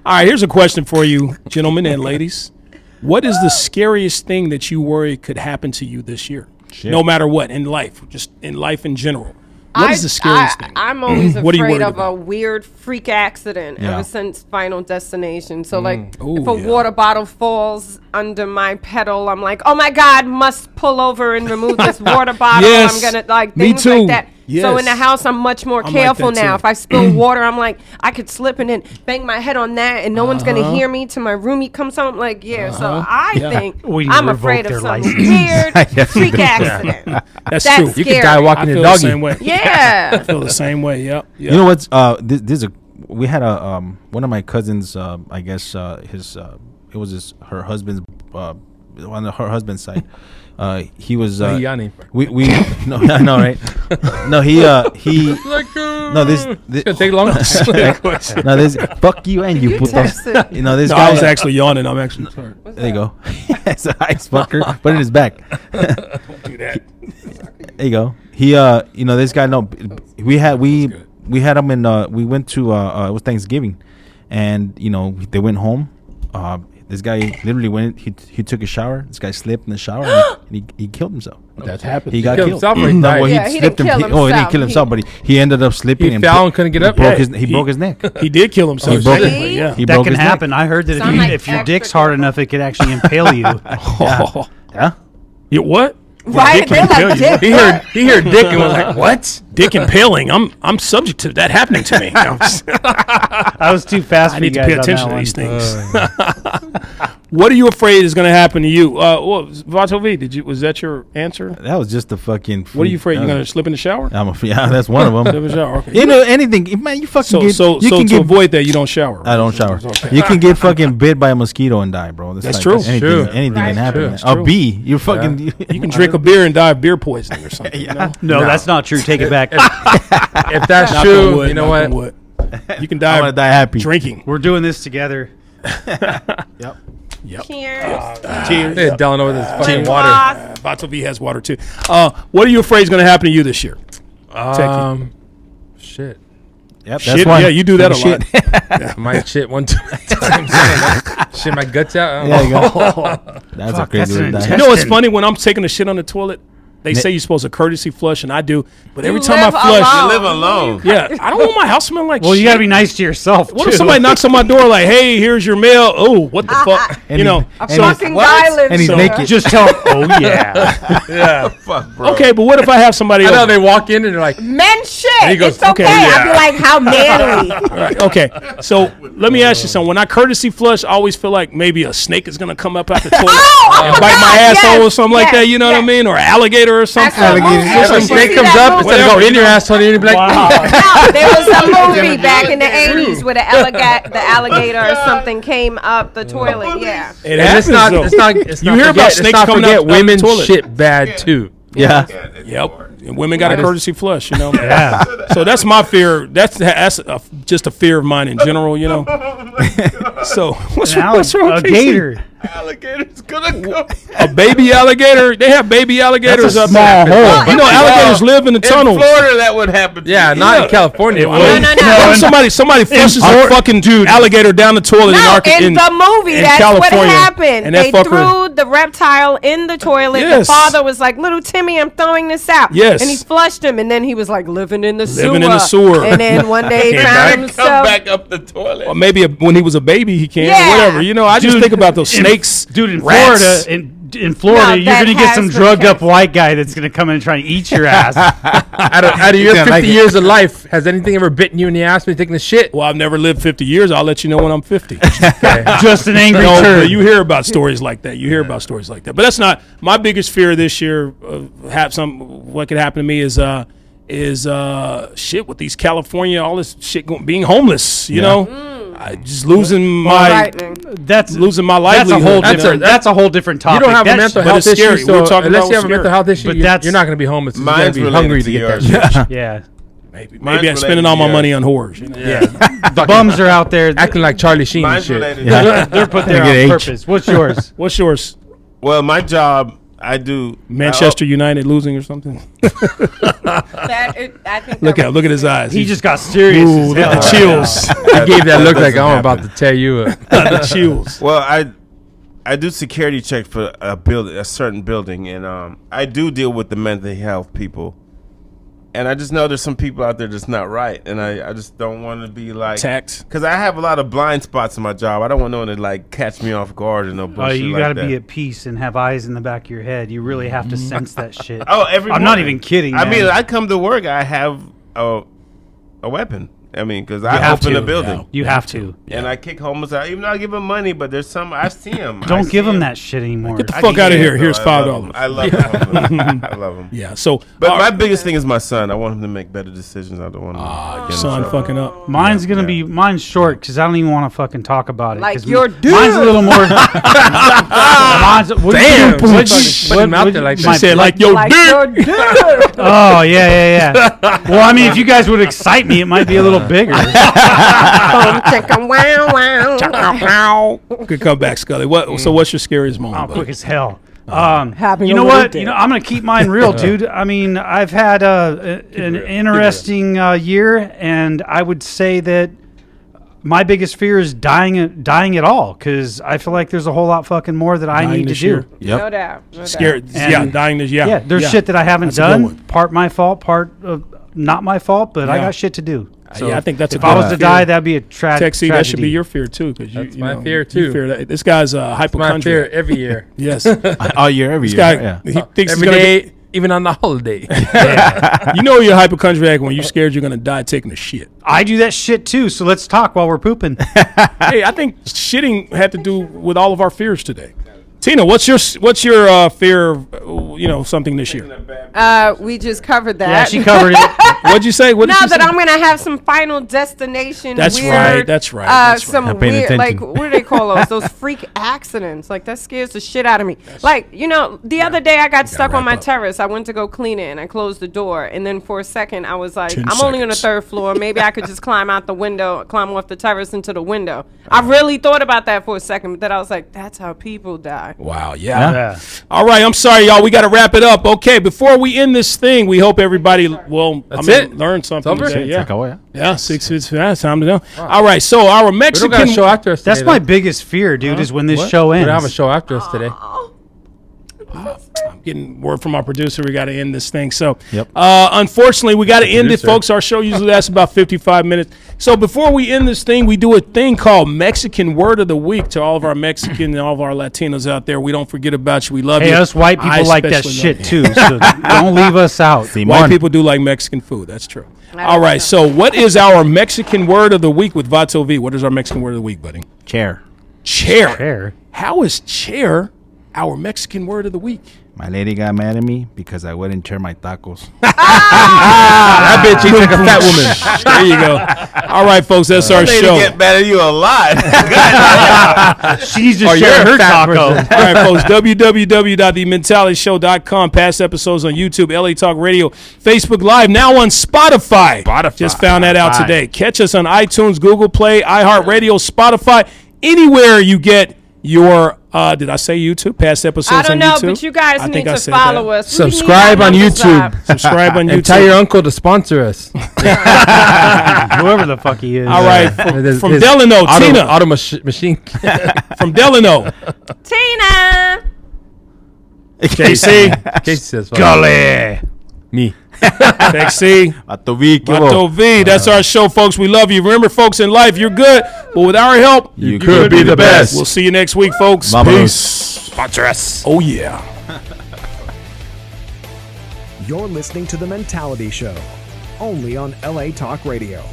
[SPEAKER 2] All right, here's a question for you, gentlemen and ladies. What is the scariest thing that you worry could happen to you this year? No matter what in life, just in life in general. What is the scariest
[SPEAKER 3] I,
[SPEAKER 2] thing?
[SPEAKER 3] I'm always
[SPEAKER 2] What are you
[SPEAKER 3] afraid
[SPEAKER 2] worried
[SPEAKER 3] of
[SPEAKER 2] about?
[SPEAKER 3] a weird freak accident
[SPEAKER 6] Yeah.
[SPEAKER 3] ever since Final Destination. So, like,
[SPEAKER 2] Mm. Ooh,
[SPEAKER 3] if a
[SPEAKER 2] yeah.
[SPEAKER 3] water bottle falls under my pedal, I'm like, oh my God, must pull over and remove this water bottle.
[SPEAKER 2] Yes.
[SPEAKER 3] I'm going to, like,
[SPEAKER 2] Me
[SPEAKER 3] things
[SPEAKER 2] too.
[SPEAKER 3] like that. So, in the
[SPEAKER 2] Yes.
[SPEAKER 3] house, I'm much more
[SPEAKER 2] I'm like
[SPEAKER 3] careful
[SPEAKER 2] that too.
[SPEAKER 3] now. If I spill water, I'm like, I could slip and then bang my head on that, and no one's going
[SPEAKER 2] Uh-huh.
[SPEAKER 3] to hear me till my roomie comes home. Like, yeah. So, I think
[SPEAKER 5] We need to
[SPEAKER 3] I'm
[SPEAKER 5] revoke
[SPEAKER 3] afraid of
[SPEAKER 5] their
[SPEAKER 3] some
[SPEAKER 5] license.
[SPEAKER 3] weird freak accident.
[SPEAKER 2] That's,
[SPEAKER 3] That's
[SPEAKER 2] true.
[SPEAKER 3] scary.
[SPEAKER 4] You could die
[SPEAKER 2] I
[SPEAKER 4] walking
[SPEAKER 2] feel
[SPEAKER 4] your
[SPEAKER 2] the
[SPEAKER 4] doggy.
[SPEAKER 2] same way.
[SPEAKER 3] Yeah.
[SPEAKER 2] I feel the same way. Yep. yep.
[SPEAKER 6] You know what's uh this this is a we had a um one of my cousins uh I guess uh his uh it was his her husband's uh on the, her husband's side. Uh he was uh
[SPEAKER 4] Yanni.
[SPEAKER 6] we we no I know right. No he uh he No this, this
[SPEAKER 4] It's gonna take long.
[SPEAKER 6] No this fuck you and you, puto.
[SPEAKER 3] texted.
[SPEAKER 6] You know this
[SPEAKER 2] No,
[SPEAKER 6] guy
[SPEAKER 2] I was actually yawning. I'm actually sorry.
[SPEAKER 6] There you go. it's a ice fucker. Put it in his back.
[SPEAKER 2] Do that.
[SPEAKER 6] There you go. He uh you know this guy no b- we had we we had him in uh we went to uh, uh it was Thanksgiving and you know they went home. Uh this guy literally went he he took a shower. This guy slipped in the shower and he, he killed himself.
[SPEAKER 4] That's happened.
[SPEAKER 6] He got
[SPEAKER 4] killed
[SPEAKER 6] killed.
[SPEAKER 4] himself or he
[SPEAKER 6] no,
[SPEAKER 4] died?
[SPEAKER 6] well, he
[SPEAKER 3] Yeah, he
[SPEAKER 6] slipped
[SPEAKER 3] didn't
[SPEAKER 6] him.
[SPEAKER 3] kill
[SPEAKER 6] he- oh, he didn't
[SPEAKER 3] himself.
[SPEAKER 6] kill himself,
[SPEAKER 3] He-
[SPEAKER 6] but he, he ended up slipping.
[SPEAKER 4] He
[SPEAKER 6] and
[SPEAKER 4] fell
[SPEAKER 6] bro-
[SPEAKER 4] and couldn't get up.
[SPEAKER 6] Broke
[SPEAKER 4] Yeah,
[SPEAKER 6] his, he,
[SPEAKER 2] he-
[SPEAKER 6] broke his neck.
[SPEAKER 2] He did kill himself.
[SPEAKER 6] He broke
[SPEAKER 2] technically,
[SPEAKER 6] it.
[SPEAKER 2] Yeah.
[SPEAKER 6] He
[SPEAKER 5] That
[SPEAKER 6] broke
[SPEAKER 5] can
[SPEAKER 6] his neck.
[SPEAKER 5] happen. I heard that if,
[SPEAKER 3] Sound
[SPEAKER 5] you,
[SPEAKER 3] like
[SPEAKER 5] if your
[SPEAKER 3] extra
[SPEAKER 5] dick's hard
[SPEAKER 3] careful.
[SPEAKER 5] enough, it could actually impale you.
[SPEAKER 6] Yeah.
[SPEAKER 2] Oh. You what?
[SPEAKER 3] Right? They're like, "Dick,
[SPEAKER 4] He heard he heard dick and was like,
[SPEAKER 2] What? Dick impaling. I'm I'm subject to that happening to me. I'm just-
[SPEAKER 5] I was too fast
[SPEAKER 2] I
[SPEAKER 5] for you
[SPEAKER 2] need to
[SPEAKER 5] guys
[SPEAKER 2] pay
[SPEAKER 5] on
[SPEAKER 2] attention
[SPEAKER 5] that
[SPEAKER 2] to
[SPEAKER 5] one.
[SPEAKER 2] these things. what are you afraid is going to happen to you? Uh, well, Vato V, did you was that your answer?
[SPEAKER 6] That was just the fucking.
[SPEAKER 2] What are you afraid
[SPEAKER 6] Uh,
[SPEAKER 2] you're going to slip in the shower?
[SPEAKER 6] I'm a, yeah, that's one of
[SPEAKER 2] Slip in
[SPEAKER 6] them.
[SPEAKER 2] the shower. Okay.
[SPEAKER 6] you know anything, if, man. You fucking
[SPEAKER 2] So
[SPEAKER 6] get.
[SPEAKER 2] so
[SPEAKER 6] you
[SPEAKER 2] so
[SPEAKER 6] can
[SPEAKER 2] to
[SPEAKER 6] get.
[SPEAKER 2] avoid that, you don't shower.
[SPEAKER 6] I don't shower. You can get fucking bit by a mosquito and die, bro.
[SPEAKER 2] That's
[SPEAKER 6] like-
[SPEAKER 2] true.
[SPEAKER 6] Anything,
[SPEAKER 4] That's true.
[SPEAKER 6] anything can happen.
[SPEAKER 4] true.
[SPEAKER 6] man.
[SPEAKER 4] That's
[SPEAKER 6] A bee, you're fucking.
[SPEAKER 2] you can drink a beer and die of beer poisoning or something. you know?
[SPEAKER 5] No, that's not true. Take it back.
[SPEAKER 4] if that's
[SPEAKER 2] Knock on
[SPEAKER 4] true,
[SPEAKER 2] wood,
[SPEAKER 4] you know
[SPEAKER 2] knock on
[SPEAKER 4] what?
[SPEAKER 2] wood. You can
[SPEAKER 6] I
[SPEAKER 2] die
[SPEAKER 6] want to
[SPEAKER 2] of
[SPEAKER 6] die happy.
[SPEAKER 2] drinking.
[SPEAKER 5] We're doing this together.
[SPEAKER 3] Cheers.
[SPEAKER 4] Look at Dylan over this fucking water.
[SPEAKER 3] Boss.
[SPEAKER 2] Vato V has water too. Uh, what are you afraid is going to happen to you this year? Techie.
[SPEAKER 4] Um, shit.
[SPEAKER 6] Yep, that's
[SPEAKER 2] Shit,
[SPEAKER 6] one.
[SPEAKER 2] yeah, you do that a lot.
[SPEAKER 6] Shit.
[SPEAKER 4] I might shit one two times. shit my guts out. I
[SPEAKER 6] there
[SPEAKER 4] don't
[SPEAKER 6] you
[SPEAKER 4] know.
[SPEAKER 6] go. That's a
[SPEAKER 5] Fuck,
[SPEAKER 6] crazy
[SPEAKER 5] that's
[SPEAKER 6] way to
[SPEAKER 5] an
[SPEAKER 6] die.
[SPEAKER 5] intense-
[SPEAKER 2] You know what's
[SPEAKER 5] Justin.
[SPEAKER 2] funny? When I'm taking a shit on the toilet, they say you're supposed to courtesy flush, and I do. But every
[SPEAKER 3] You
[SPEAKER 2] time I
[SPEAKER 3] live
[SPEAKER 2] flush,
[SPEAKER 7] Live alone.
[SPEAKER 2] yeah, I don't want my house smelling like.
[SPEAKER 5] Well,
[SPEAKER 2] shit.
[SPEAKER 5] you got to be nice to yourself.
[SPEAKER 2] What
[SPEAKER 5] too.
[SPEAKER 2] if somebody knocks on my door like, "Hey, here's your mail." Oh, what the fuck?
[SPEAKER 6] And
[SPEAKER 2] you know.
[SPEAKER 6] he's-
[SPEAKER 3] A
[SPEAKER 6] and he's-
[SPEAKER 3] fucking
[SPEAKER 6] what?
[SPEAKER 3] guy lives
[SPEAKER 6] And he's
[SPEAKER 3] there.
[SPEAKER 6] naked.
[SPEAKER 5] Just tell 'em, oh yeah.
[SPEAKER 7] Fuck, bro.
[SPEAKER 2] Okay, but what if I have somebody?
[SPEAKER 4] I know
[SPEAKER 2] Over?
[SPEAKER 4] they walk in and they're like,
[SPEAKER 3] Men shit.
[SPEAKER 2] he goes,
[SPEAKER 3] it's okay.
[SPEAKER 2] "Okay,
[SPEAKER 3] I'd be like, how manly.
[SPEAKER 2] Right, okay, so let me ask you something. When I courtesy flush, I always feel like maybe a snake is gonna come up out the toilet
[SPEAKER 3] Oh, oh
[SPEAKER 2] and bite
[SPEAKER 3] God,
[SPEAKER 2] my
[SPEAKER 3] yes,
[SPEAKER 2] asshole or something like
[SPEAKER 3] yes,
[SPEAKER 2] that. You know what I
[SPEAKER 3] yes.
[SPEAKER 2] mean? Or an alligator or
[SPEAKER 3] That's
[SPEAKER 2] something.
[SPEAKER 3] a movie.
[SPEAKER 4] if some
[SPEAKER 3] You
[SPEAKER 4] snake
[SPEAKER 3] see
[SPEAKER 4] comes
[SPEAKER 3] that
[SPEAKER 4] up,
[SPEAKER 3] movie?
[SPEAKER 2] oh.
[SPEAKER 4] instead of going in your asshole, you'd be like,
[SPEAKER 3] No, there was a movie back in the 80s where the, alliga- the alligator or something came up the toilet. Yeah.
[SPEAKER 2] It
[SPEAKER 4] and it's
[SPEAKER 2] happens,
[SPEAKER 4] not,
[SPEAKER 2] though.
[SPEAKER 4] it's not, it's
[SPEAKER 2] You
[SPEAKER 4] not
[SPEAKER 2] hear about
[SPEAKER 4] forget, let's
[SPEAKER 2] snakes
[SPEAKER 4] not
[SPEAKER 2] coming
[SPEAKER 4] forget
[SPEAKER 2] up- up the
[SPEAKER 4] women
[SPEAKER 2] toilet.
[SPEAKER 4] shit bad too.
[SPEAKER 6] Yeah.
[SPEAKER 2] Yep. And women got a courtesy flush, you know.
[SPEAKER 5] yeah.
[SPEAKER 2] So that's my fear. That's that's a, just a fear of mine in general, you know. so what's,
[SPEAKER 5] Now
[SPEAKER 2] what's wrong
[SPEAKER 5] a
[SPEAKER 2] with
[SPEAKER 5] gator.
[SPEAKER 7] Alligator's gonna come.
[SPEAKER 2] A baby alligator? They have baby alligators
[SPEAKER 6] a
[SPEAKER 2] up
[SPEAKER 6] small
[SPEAKER 2] there.
[SPEAKER 6] hole.
[SPEAKER 2] You know, alligators live in the
[SPEAKER 7] In
[SPEAKER 2] tunnels.
[SPEAKER 7] Florida, that would happen. to
[SPEAKER 4] Yeah,
[SPEAKER 7] you.
[SPEAKER 4] not in California.
[SPEAKER 2] No,
[SPEAKER 4] Well,
[SPEAKER 3] no, no.
[SPEAKER 2] What if somebody somebody flushes a fucking dude alligator down the toilet in,
[SPEAKER 3] No,
[SPEAKER 2] Arca-
[SPEAKER 3] in, the movie,
[SPEAKER 2] in
[SPEAKER 3] that's what
[SPEAKER 2] California,
[SPEAKER 3] happened.
[SPEAKER 2] and that
[SPEAKER 3] they
[SPEAKER 2] fucker-
[SPEAKER 3] threw the reptile in the toilet. The
[SPEAKER 2] Yes.
[SPEAKER 3] father was like, "Little Timmy, I'm throwing this out."
[SPEAKER 2] Yes.
[SPEAKER 3] and he flushed him, and then he was like living in the sewer.
[SPEAKER 2] Living in the sewer.
[SPEAKER 3] And then one day he found
[SPEAKER 7] Gotta come
[SPEAKER 3] himself.
[SPEAKER 7] back up the toilet.
[SPEAKER 2] or maybe a, when he was a baby he can or
[SPEAKER 3] Yeah.
[SPEAKER 2] whatever. You know, I just
[SPEAKER 5] Dude,
[SPEAKER 2] think about those
[SPEAKER 5] in-
[SPEAKER 2] snakes,
[SPEAKER 5] dude in
[SPEAKER 2] rats.
[SPEAKER 5] Florida in D- In Florida,
[SPEAKER 3] No,
[SPEAKER 5] you're
[SPEAKER 3] that
[SPEAKER 5] going to get
[SPEAKER 3] has
[SPEAKER 5] some
[SPEAKER 3] been
[SPEAKER 5] drugged up
[SPEAKER 3] tested.
[SPEAKER 5] white guy that's going to come in and try and eat your ass.
[SPEAKER 4] out of, out of your
[SPEAKER 6] Yeah, I
[SPEAKER 4] 50
[SPEAKER 6] like it.
[SPEAKER 4] years of life, has anything ever bitten you in the ass when you're taking a shit?
[SPEAKER 2] Well, I've never lived 50 years. I'll let you know when I'm 50.
[SPEAKER 5] Just an angry
[SPEAKER 2] no,
[SPEAKER 5] turd.
[SPEAKER 2] but you hear about stories like that. You hear about stories like that. But that's not my biggest fear this year. Of have some what could happen to me is uh is uh shit with these California all this shit going, being homeless. You know, I, just losing my
[SPEAKER 3] frightening.
[SPEAKER 5] that's
[SPEAKER 2] losing my
[SPEAKER 5] that's a
[SPEAKER 2] livelihood.
[SPEAKER 5] whole
[SPEAKER 2] you know?
[SPEAKER 5] different, that's, a whole different
[SPEAKER 4] You
[SPEAKER 5] topic.
[SPEAKER 4] don't have a
[SPEAKER 5] That's-
[SPEAKER 4] mental
[SPEAKER 2] but
[SPEAKER 4] health
[SPEAKER 2] it's
[SPEAKER 4] issue,
[SPEAKER 2] scary.
[SPEAKER 4] so
[SPEAKER 2] We're talking
[SPEAKER 4] unless
[SPEAKER 2] about
[SPEAKER 4] you have a
[SPEAKER 2] scary.
[SPEAKER 4] mental health issue,
[SPEAKER 5] But
[SPEAKER 4] you're,
[SPEAKER 5] that's-
[SPEAKER 4] you're not going to be homeless. You're going
[SPEAKER 7] Mine's
[SPEAKER 4] to be
[SPEAKER 7] related
[SPEAKER 4] hungry
[SPEAKER 7] to
[SPEAKER 4] to get
[SPEAKER 7] yours.
[SPEAKER 4] that shit.
[SPEAKER 5] Yeah,
[SPEAKER 2] maybe
[SPEAKER 7] Mine's
[SPEAKER 2] maybe I'm spending
[SPEAKER 7] related
[SPEAKER 2] all
[SPEAKER 7] to
[SPEAKER 2] my
[SPEAKER 7] yours.
[SPEAKER 2] money on whores. You know? yeah.
[SPEAKER 5] the bums are out there.
[SPEAKER 4] Acting like Charlie Sheen and
[SPEAKER 7] Mine's
[SPEAKER 4] shit.
[SPEAKER 7] related.
[SPEAKER 5] They're, they're put there
[SPEAKER 6] They get
[SPEAKER 5] on
[SPEAKER 6] H.
[SPEAKER 5] purpose. What's yours?
[SPEAKER 2] What's yours?
[SPEAKER 7] Well, my job, I do uh,
[SPEAKER 2] Manchester United losing or something?
[SPEAKER 3] That it, I think.
[SPEAKER 2] Look
[SPEAKER 3] that
[SPEAKER 2] at look at his eyes.
[SPEAKER 5] He just got serious.
[SPEAKER 2] Ooh,
[SPEAKER 5] as
[SPEAKER 2] look
[SPEAKER 5] hell.
[SPEAKER 2] at the chills.
[SPEAKER 4] He gave that look like,
[SPEAKER 7] doesn't
[SPEAKER 4] oh, I'm
[SPEAKER 7] happen.
[SPEAKER 4] about to tear you up.
[SPEAKER 2] the chills.
[SPEAKER 7] Well, I I do security checks for a build a certain building, and um, I do deal with the mental health people. And I just know there's some people out there that's not right, and I, I just don't want to be like
[SPEAKER 2] Attacked.
[SPEAKER 7] because I have a lot of blind spots in my job. I don't want no one to like catch me off guard and no
[SPEAKER 5] Oh,
[SPEAKER 7] bullshit
[SPEAKER 5] you
[SPEAKER 7] like
[SPEAKER 5] got to
[SPEAKER 7] that.
[SPEAKER 5] be at peace and have eyes in the back of your head. You really have to sense that shit.
[SPEAKER 7] oh, every
[SPEAKER 5] I'm not
[SPEAKER 7] morning.
[SPEAKER 5] even kidding.
[SPEAKER 7] I mean,
[SPEAKER 5] man.
[SPEAKER 7] I come to work, I have a a weapon. I mean, because
[SPEAKER 5] You
[SPEAKER 7] I
[SPEAKER 5] have
[SPEAKER 7] open
[SPEAKER 5] to.
[SPEAKER 7] a building
[SPEAKER 5] you have to.
[SPEAKER 7] and I kick homeless out. Even though I give them money, but there's some I see them.
[SPEAKER 5] Don't give him that shit anymore.
[SPEAKER 2] Get the fuck out of here. Here's five dollars.
[SPEAKER 7] I love him. I love him.
[SPEAKER 2] Yeah. So,
[SPEAKER 7] But
[SPEAKER 2] all
[SPEAKER 7] my
[SPEAKER 2] right,
[SPEAKER 7] biggest thing is my son. I want him to make better decisions. I don't want him to get in
[SPEAKER 2] son
[SPEAKER 7] trouble.
[SPEAKER 2] fucking up.
[SPEAKER 5] Mine's gonna be mine's short because I don't even want to fucking talk about it.
[SPEAKER 3] Like
[SPEAKER 5] 'cause
[SPEAKER 3] your
[SPEAKER 5] m- mine's a little more. mine's, what
[SPEAKER 4] Damn,
[SPEAKER 5] You, do? What'd
[SPEAKER 4] she
[SPEAKER 5] you-
[SPEAKER 4] fucking put him out
[SPEAKER 5] what'd
[SPEAKER 4] there
[SPEAKER 5] you-
[SPEAKER 4] like that.
[SPEAKER 2] She
[SPEAKER 5] my-
[SPEAKER 2] said, like, yo,
[SPEAKER 3] like
[SPEAKER 2] dude.
[SPEAKER 3] your dude.
[SPEAKER 5] Oh yeah, yeah, yeah. well, I mean, if you guys would excite me, it might be a little bigger.
[SPEAKER 3] Come chicken wow wow.
[SPEAKER 2] Good comeback, Scully. What? So, what's your scariest moment?
[SPEAKER 5] Oh,
[SPEAKER 2] buddy?
[SPEAKER 5] quick as hell. Um,
[SPEAKER 3] Having
[SPEAKER 5] you
[SPEAKER 3] a
[SPEAKER 5] know
[SPEAKER 3] little
[SPEAKER 5] what? You
[SPEAKER 3] dick.
[SPEAKER 5] know, I'm gonna keep mine real, dude. I mean, I've had uh, a, an interesting uh, year, and I would say that my biggest fear is dying, dying at all, because I feel like there's a whole lot fucking more that I
[SPEAKER 2] Dying
[SPEAKER 5] need to
[SPEAKER 2] this
[SPEAKER 5] do.
[SPEAKER 2] year.
[SPEAKER 3] No doubt. No
[SPEAKER 2] Scared.
[SPEAKER 5] And-
[SPEAKER 2] yeah, dying this. Yeah.
[SPEAKER 5] Yeah, there's shit that I haven't
[SPEAKER 2] a good
[SPEAKER 5] done.
[SPEAKER 2] one.
[SPEAKER 5] Part my fault, part uh, not my fault, but I
[SPEAKER 2] Yeah.
[SPEAKER 5] got shit to do.
[SPEAKER 2] yeah, I think that's a
[SPEAKER 5] If I was
[SPEAKER 2] good
[SPEAKER 5] to
[SPEAKER 2] fear.
[SPEAKER 5] die, that'd be a tra-
[SPEAKER 2] Texie,
[SPEAKER 5] tragedy.
[SPEAKER 2] that should be your fear too, because you,
[SPEAKER 4] That's
[SPEAKER 2] you
[SPEAKER 4] my
[SPEAKER 2] know,
[SPEAKER 4] fear,
[SPEAKER 2] you
[SPEAKER 4] too.
[SPEAKER 2] fear that. This guy's a
[SPEAKER 4] My fear
[SPEAKER 2] hypochondriac.
[SPEAKER 4] every year.
[SPEAKER 2] Yes, this
[SPEAKER 6] all year, every year.
[SPEAKER 2] guy
[SPEAKER 6] Oh, yeah.
[SPEAKER 2] he thinks he's
[SPEAKER 4] Every
[SPEAKER 2] gonna.
[SPEAKER 4] day, even on the holiday.
[SPEAKER 2] get- you know you're a hypochondriac when you're scared you're gonna die taking a shit.
[SPEAKER 5] I do that shit too. So let's talk while we're pooping.
[SPEAKER 2] hey, I think shitting had to do with all of our fears today. Tina, what's your what's your uh, fear? Of, uh, you know something this year?
[SPEAKER 3] Uh, we just covered that.
[SPEAKER 5] yeah, she covered it.
[SPEAKER 2] What'd you say? What did
[SPEAKER 3] now
[SPEAKER 2] you
[SPEAKER 3] that
[SPEAKER 2] say?
[SPEAKER 3] I'm gonna have some final destination.
[SPEAKER 2] That's
[SPEAKER 3] weird,
[SPEAKER 2] right, that's right,
[SPEAKER 3] Uh,
[SPEAKER 2] that's right.
[SPEAKER 3] some
[SPEAKER 6] Not paying
[SPEAKER 3] weird, like
[SPEAKER 6] attention.
[SPEAKER 3] what do they call those? those freak accidents. Like that scares the shit out of me. like you know, the other day I got stuck on my
[SPEAKER 2] wrap up.
[SPEAKER 3] terrace. I went to go clean it, and I closed the door. And then for a second, I was like,
[SPEAKER 2] Ten
[SPEAKER 3] I'm only on the
[SPEAKER 2] seconds.
[SPEAKER 3] third floor. Maybe I could just climb out the window, climb off the terrace into the window.
[SPEAKER 2] Uh-huh.
[SPEAKER 3] I really thought about that for a second, but then I was like, that's how people die.
[SPEAKER 2] Wow, yeah.
[SPEAKER 5] Yeah.
[SPEAKER 2] All right, I'm sorry, y'all. We got to wrap it up. Okay, before we end this thing, we hope everybody will I mean,
[SPEAKER 4] it.
[SPEAKER 2] learn something.
[SPEAKER 4] over.
[SPEAKER 2] today,
[SPEAKER 6] Like,
[SPEAKER 2] Yeah,
[SPEAKER 6] oh, yeah.
[SPEAKER 2] yeah, six, six, yeah, it's time to know. All right, so our
[SPEAKER 4] We don't got
[SPEAKER 2] Mexican
[SPEAKER 4] a show after us
[SPEAKER 5] That's
[SPEAKER 4] today,
[SPEAKER 5] my
[SPEAKER 4] though.
[SPEAKER 5] biggest fear, dude, is when this
[SPEAKER 4] What?
[SPEAKER 5] show
[SPEAKER 4] We
[SPEAKER 5] ends.
[SPEAKER 4] don't have a show after us today.
[SPEAKER 2] I'm getting word from our producer. We got to end this thing. So,
[SPEAKER 6] Yep.
[SPEAKER 2] uh, unfortunately, we got to end it,
[SPEAKER 4] producer.
[SPEAKER 2] folks. Our show usually lasts about 55 minutes. So, before we end this thing, we do a thing called Mexican Word of the Week to all of our Mexican and all of our Latinos out there. We don't forget about you. We love
[SPEAKER 5] Hey,
[SPEAKER 2] you.
[SPEAKER 5] us white people
[SPEAKER 2] I
[SPEAKER 5] like that
[SPEAKER 2] especially love
[SPEAKER 5] shit
[SPEAKER 2] you.
[SPEAKER 5] too. So don't leave us out.
[SPEAKER 2] White people do like Mexican food. That's true. All
[SPEAKER 3] don't
[SPEAKER 2] right.
[SPEAKER 3] know.
[SPEAKER 2] So, what is our Mexican Word of the Week with Vato V? What is our Mexican Word of the Week, buddy?
[SPEAKER 6] Chair.
[SPEAKER 2] Chair.
[SPEAKER 5] Chair.
[SPEAKER 2] How is chair our Mexican Word of the Week?
[SPEAKER 6] My lady got mad at me because I wouldn't chair my tacos.
[SPEAKER 4] That bitch eats like a fat woman. Uh,
[SPEAKER 2] there you go. All right, folks. That's our
[SPEAKER 7] They
[SPEAKER 2] show.
[SPEAKER 7] get better you a lot.
[SPEAKER 5] She needs
[SPEAKER 2] Oh,
[SPEAKER 5] to
[SPEAKER 4] Or
[SPEAKER 5] share
[SPEAKER 4] you're a
[SPEAKER 5] her
[SPEAKER 4] fat
[SPEAKER 5] taco.
[SPEAKER 4] person.
[SPEAKER 2] All right, folks. www.thementalityshow.com. Past episodes on YouTube, LA Talk Radio, Facebook Live, now on Spotify. Spotify. Just found that out today. Catch us on iTunes, Google Play, iHeartRadio, Spotify, anywhere you get your. Uh, did I say YouTube? Past episodes
[SPEAKER 3] I don't
[SPEAKER 2] on
[SPEAKER 3] know,
[SPEAKER 2] YouTube.
[SPEAKER 3] but you guys
[SPEAKER 2] I
[SPEAKER 3] need
[SPEAKER 2] think I
[SPEAKER 3] to
[SPEAKER 2] said
[SPEAKER 3] follow
[SPEAKER 2] that.
[SPEAKER 3] us. We need
[SPEAKER 4] Subscribe
[SPEAKER 3] our
[SPEAKER 4] on
[SPEAKER 3] numbers
[SPEAKER 4] YouTube.
[SPEAKER 3] up.
[SPEAKER 2] Subscribe on
[SPEAKER 4] And
[SPEAKER 2] YouTube.
[SPEAKER 4] tell your uncle to sponsor us.
[SPEAKER 5] Whoever the fuck he is.
[SPEAKER 2] All right, from,
[SPEAKER 4] His-
[SPEAKER 2] from
[SPEAKER 4] his
[SPEAKER 2] Delano,
[SPEAKER 4] auto,
[SPEAKER 2] Tina.
[SPEAKER 4] Auto mach- machine.
[SPEAKER 2] From Delano,
[SPEAKER 3] Tina.
[SPEAKER 2] KC,
[SPEAKER 4] Casey says, uh,
[SPEAKER 5] Golly.
[SPEAKER 4] Me.
[SPEAKER 2] KC. Vato V. That's our show, folks. We love you. Remember, folks, in life, you're good, but with our help,
[SPEAKER 6] You could be the best.
[SPEAKER 2] We'll see you next week, folks.
[SPEAKER 6] Vámonos.
[SPEAKER 2] Peace.
[SPEAKER 7] Sponsor us.
[SPEAKER 2] Oh yeah.
[SPEAKER 1] You're listening to The Mentality Show, only on LA Talk Radio.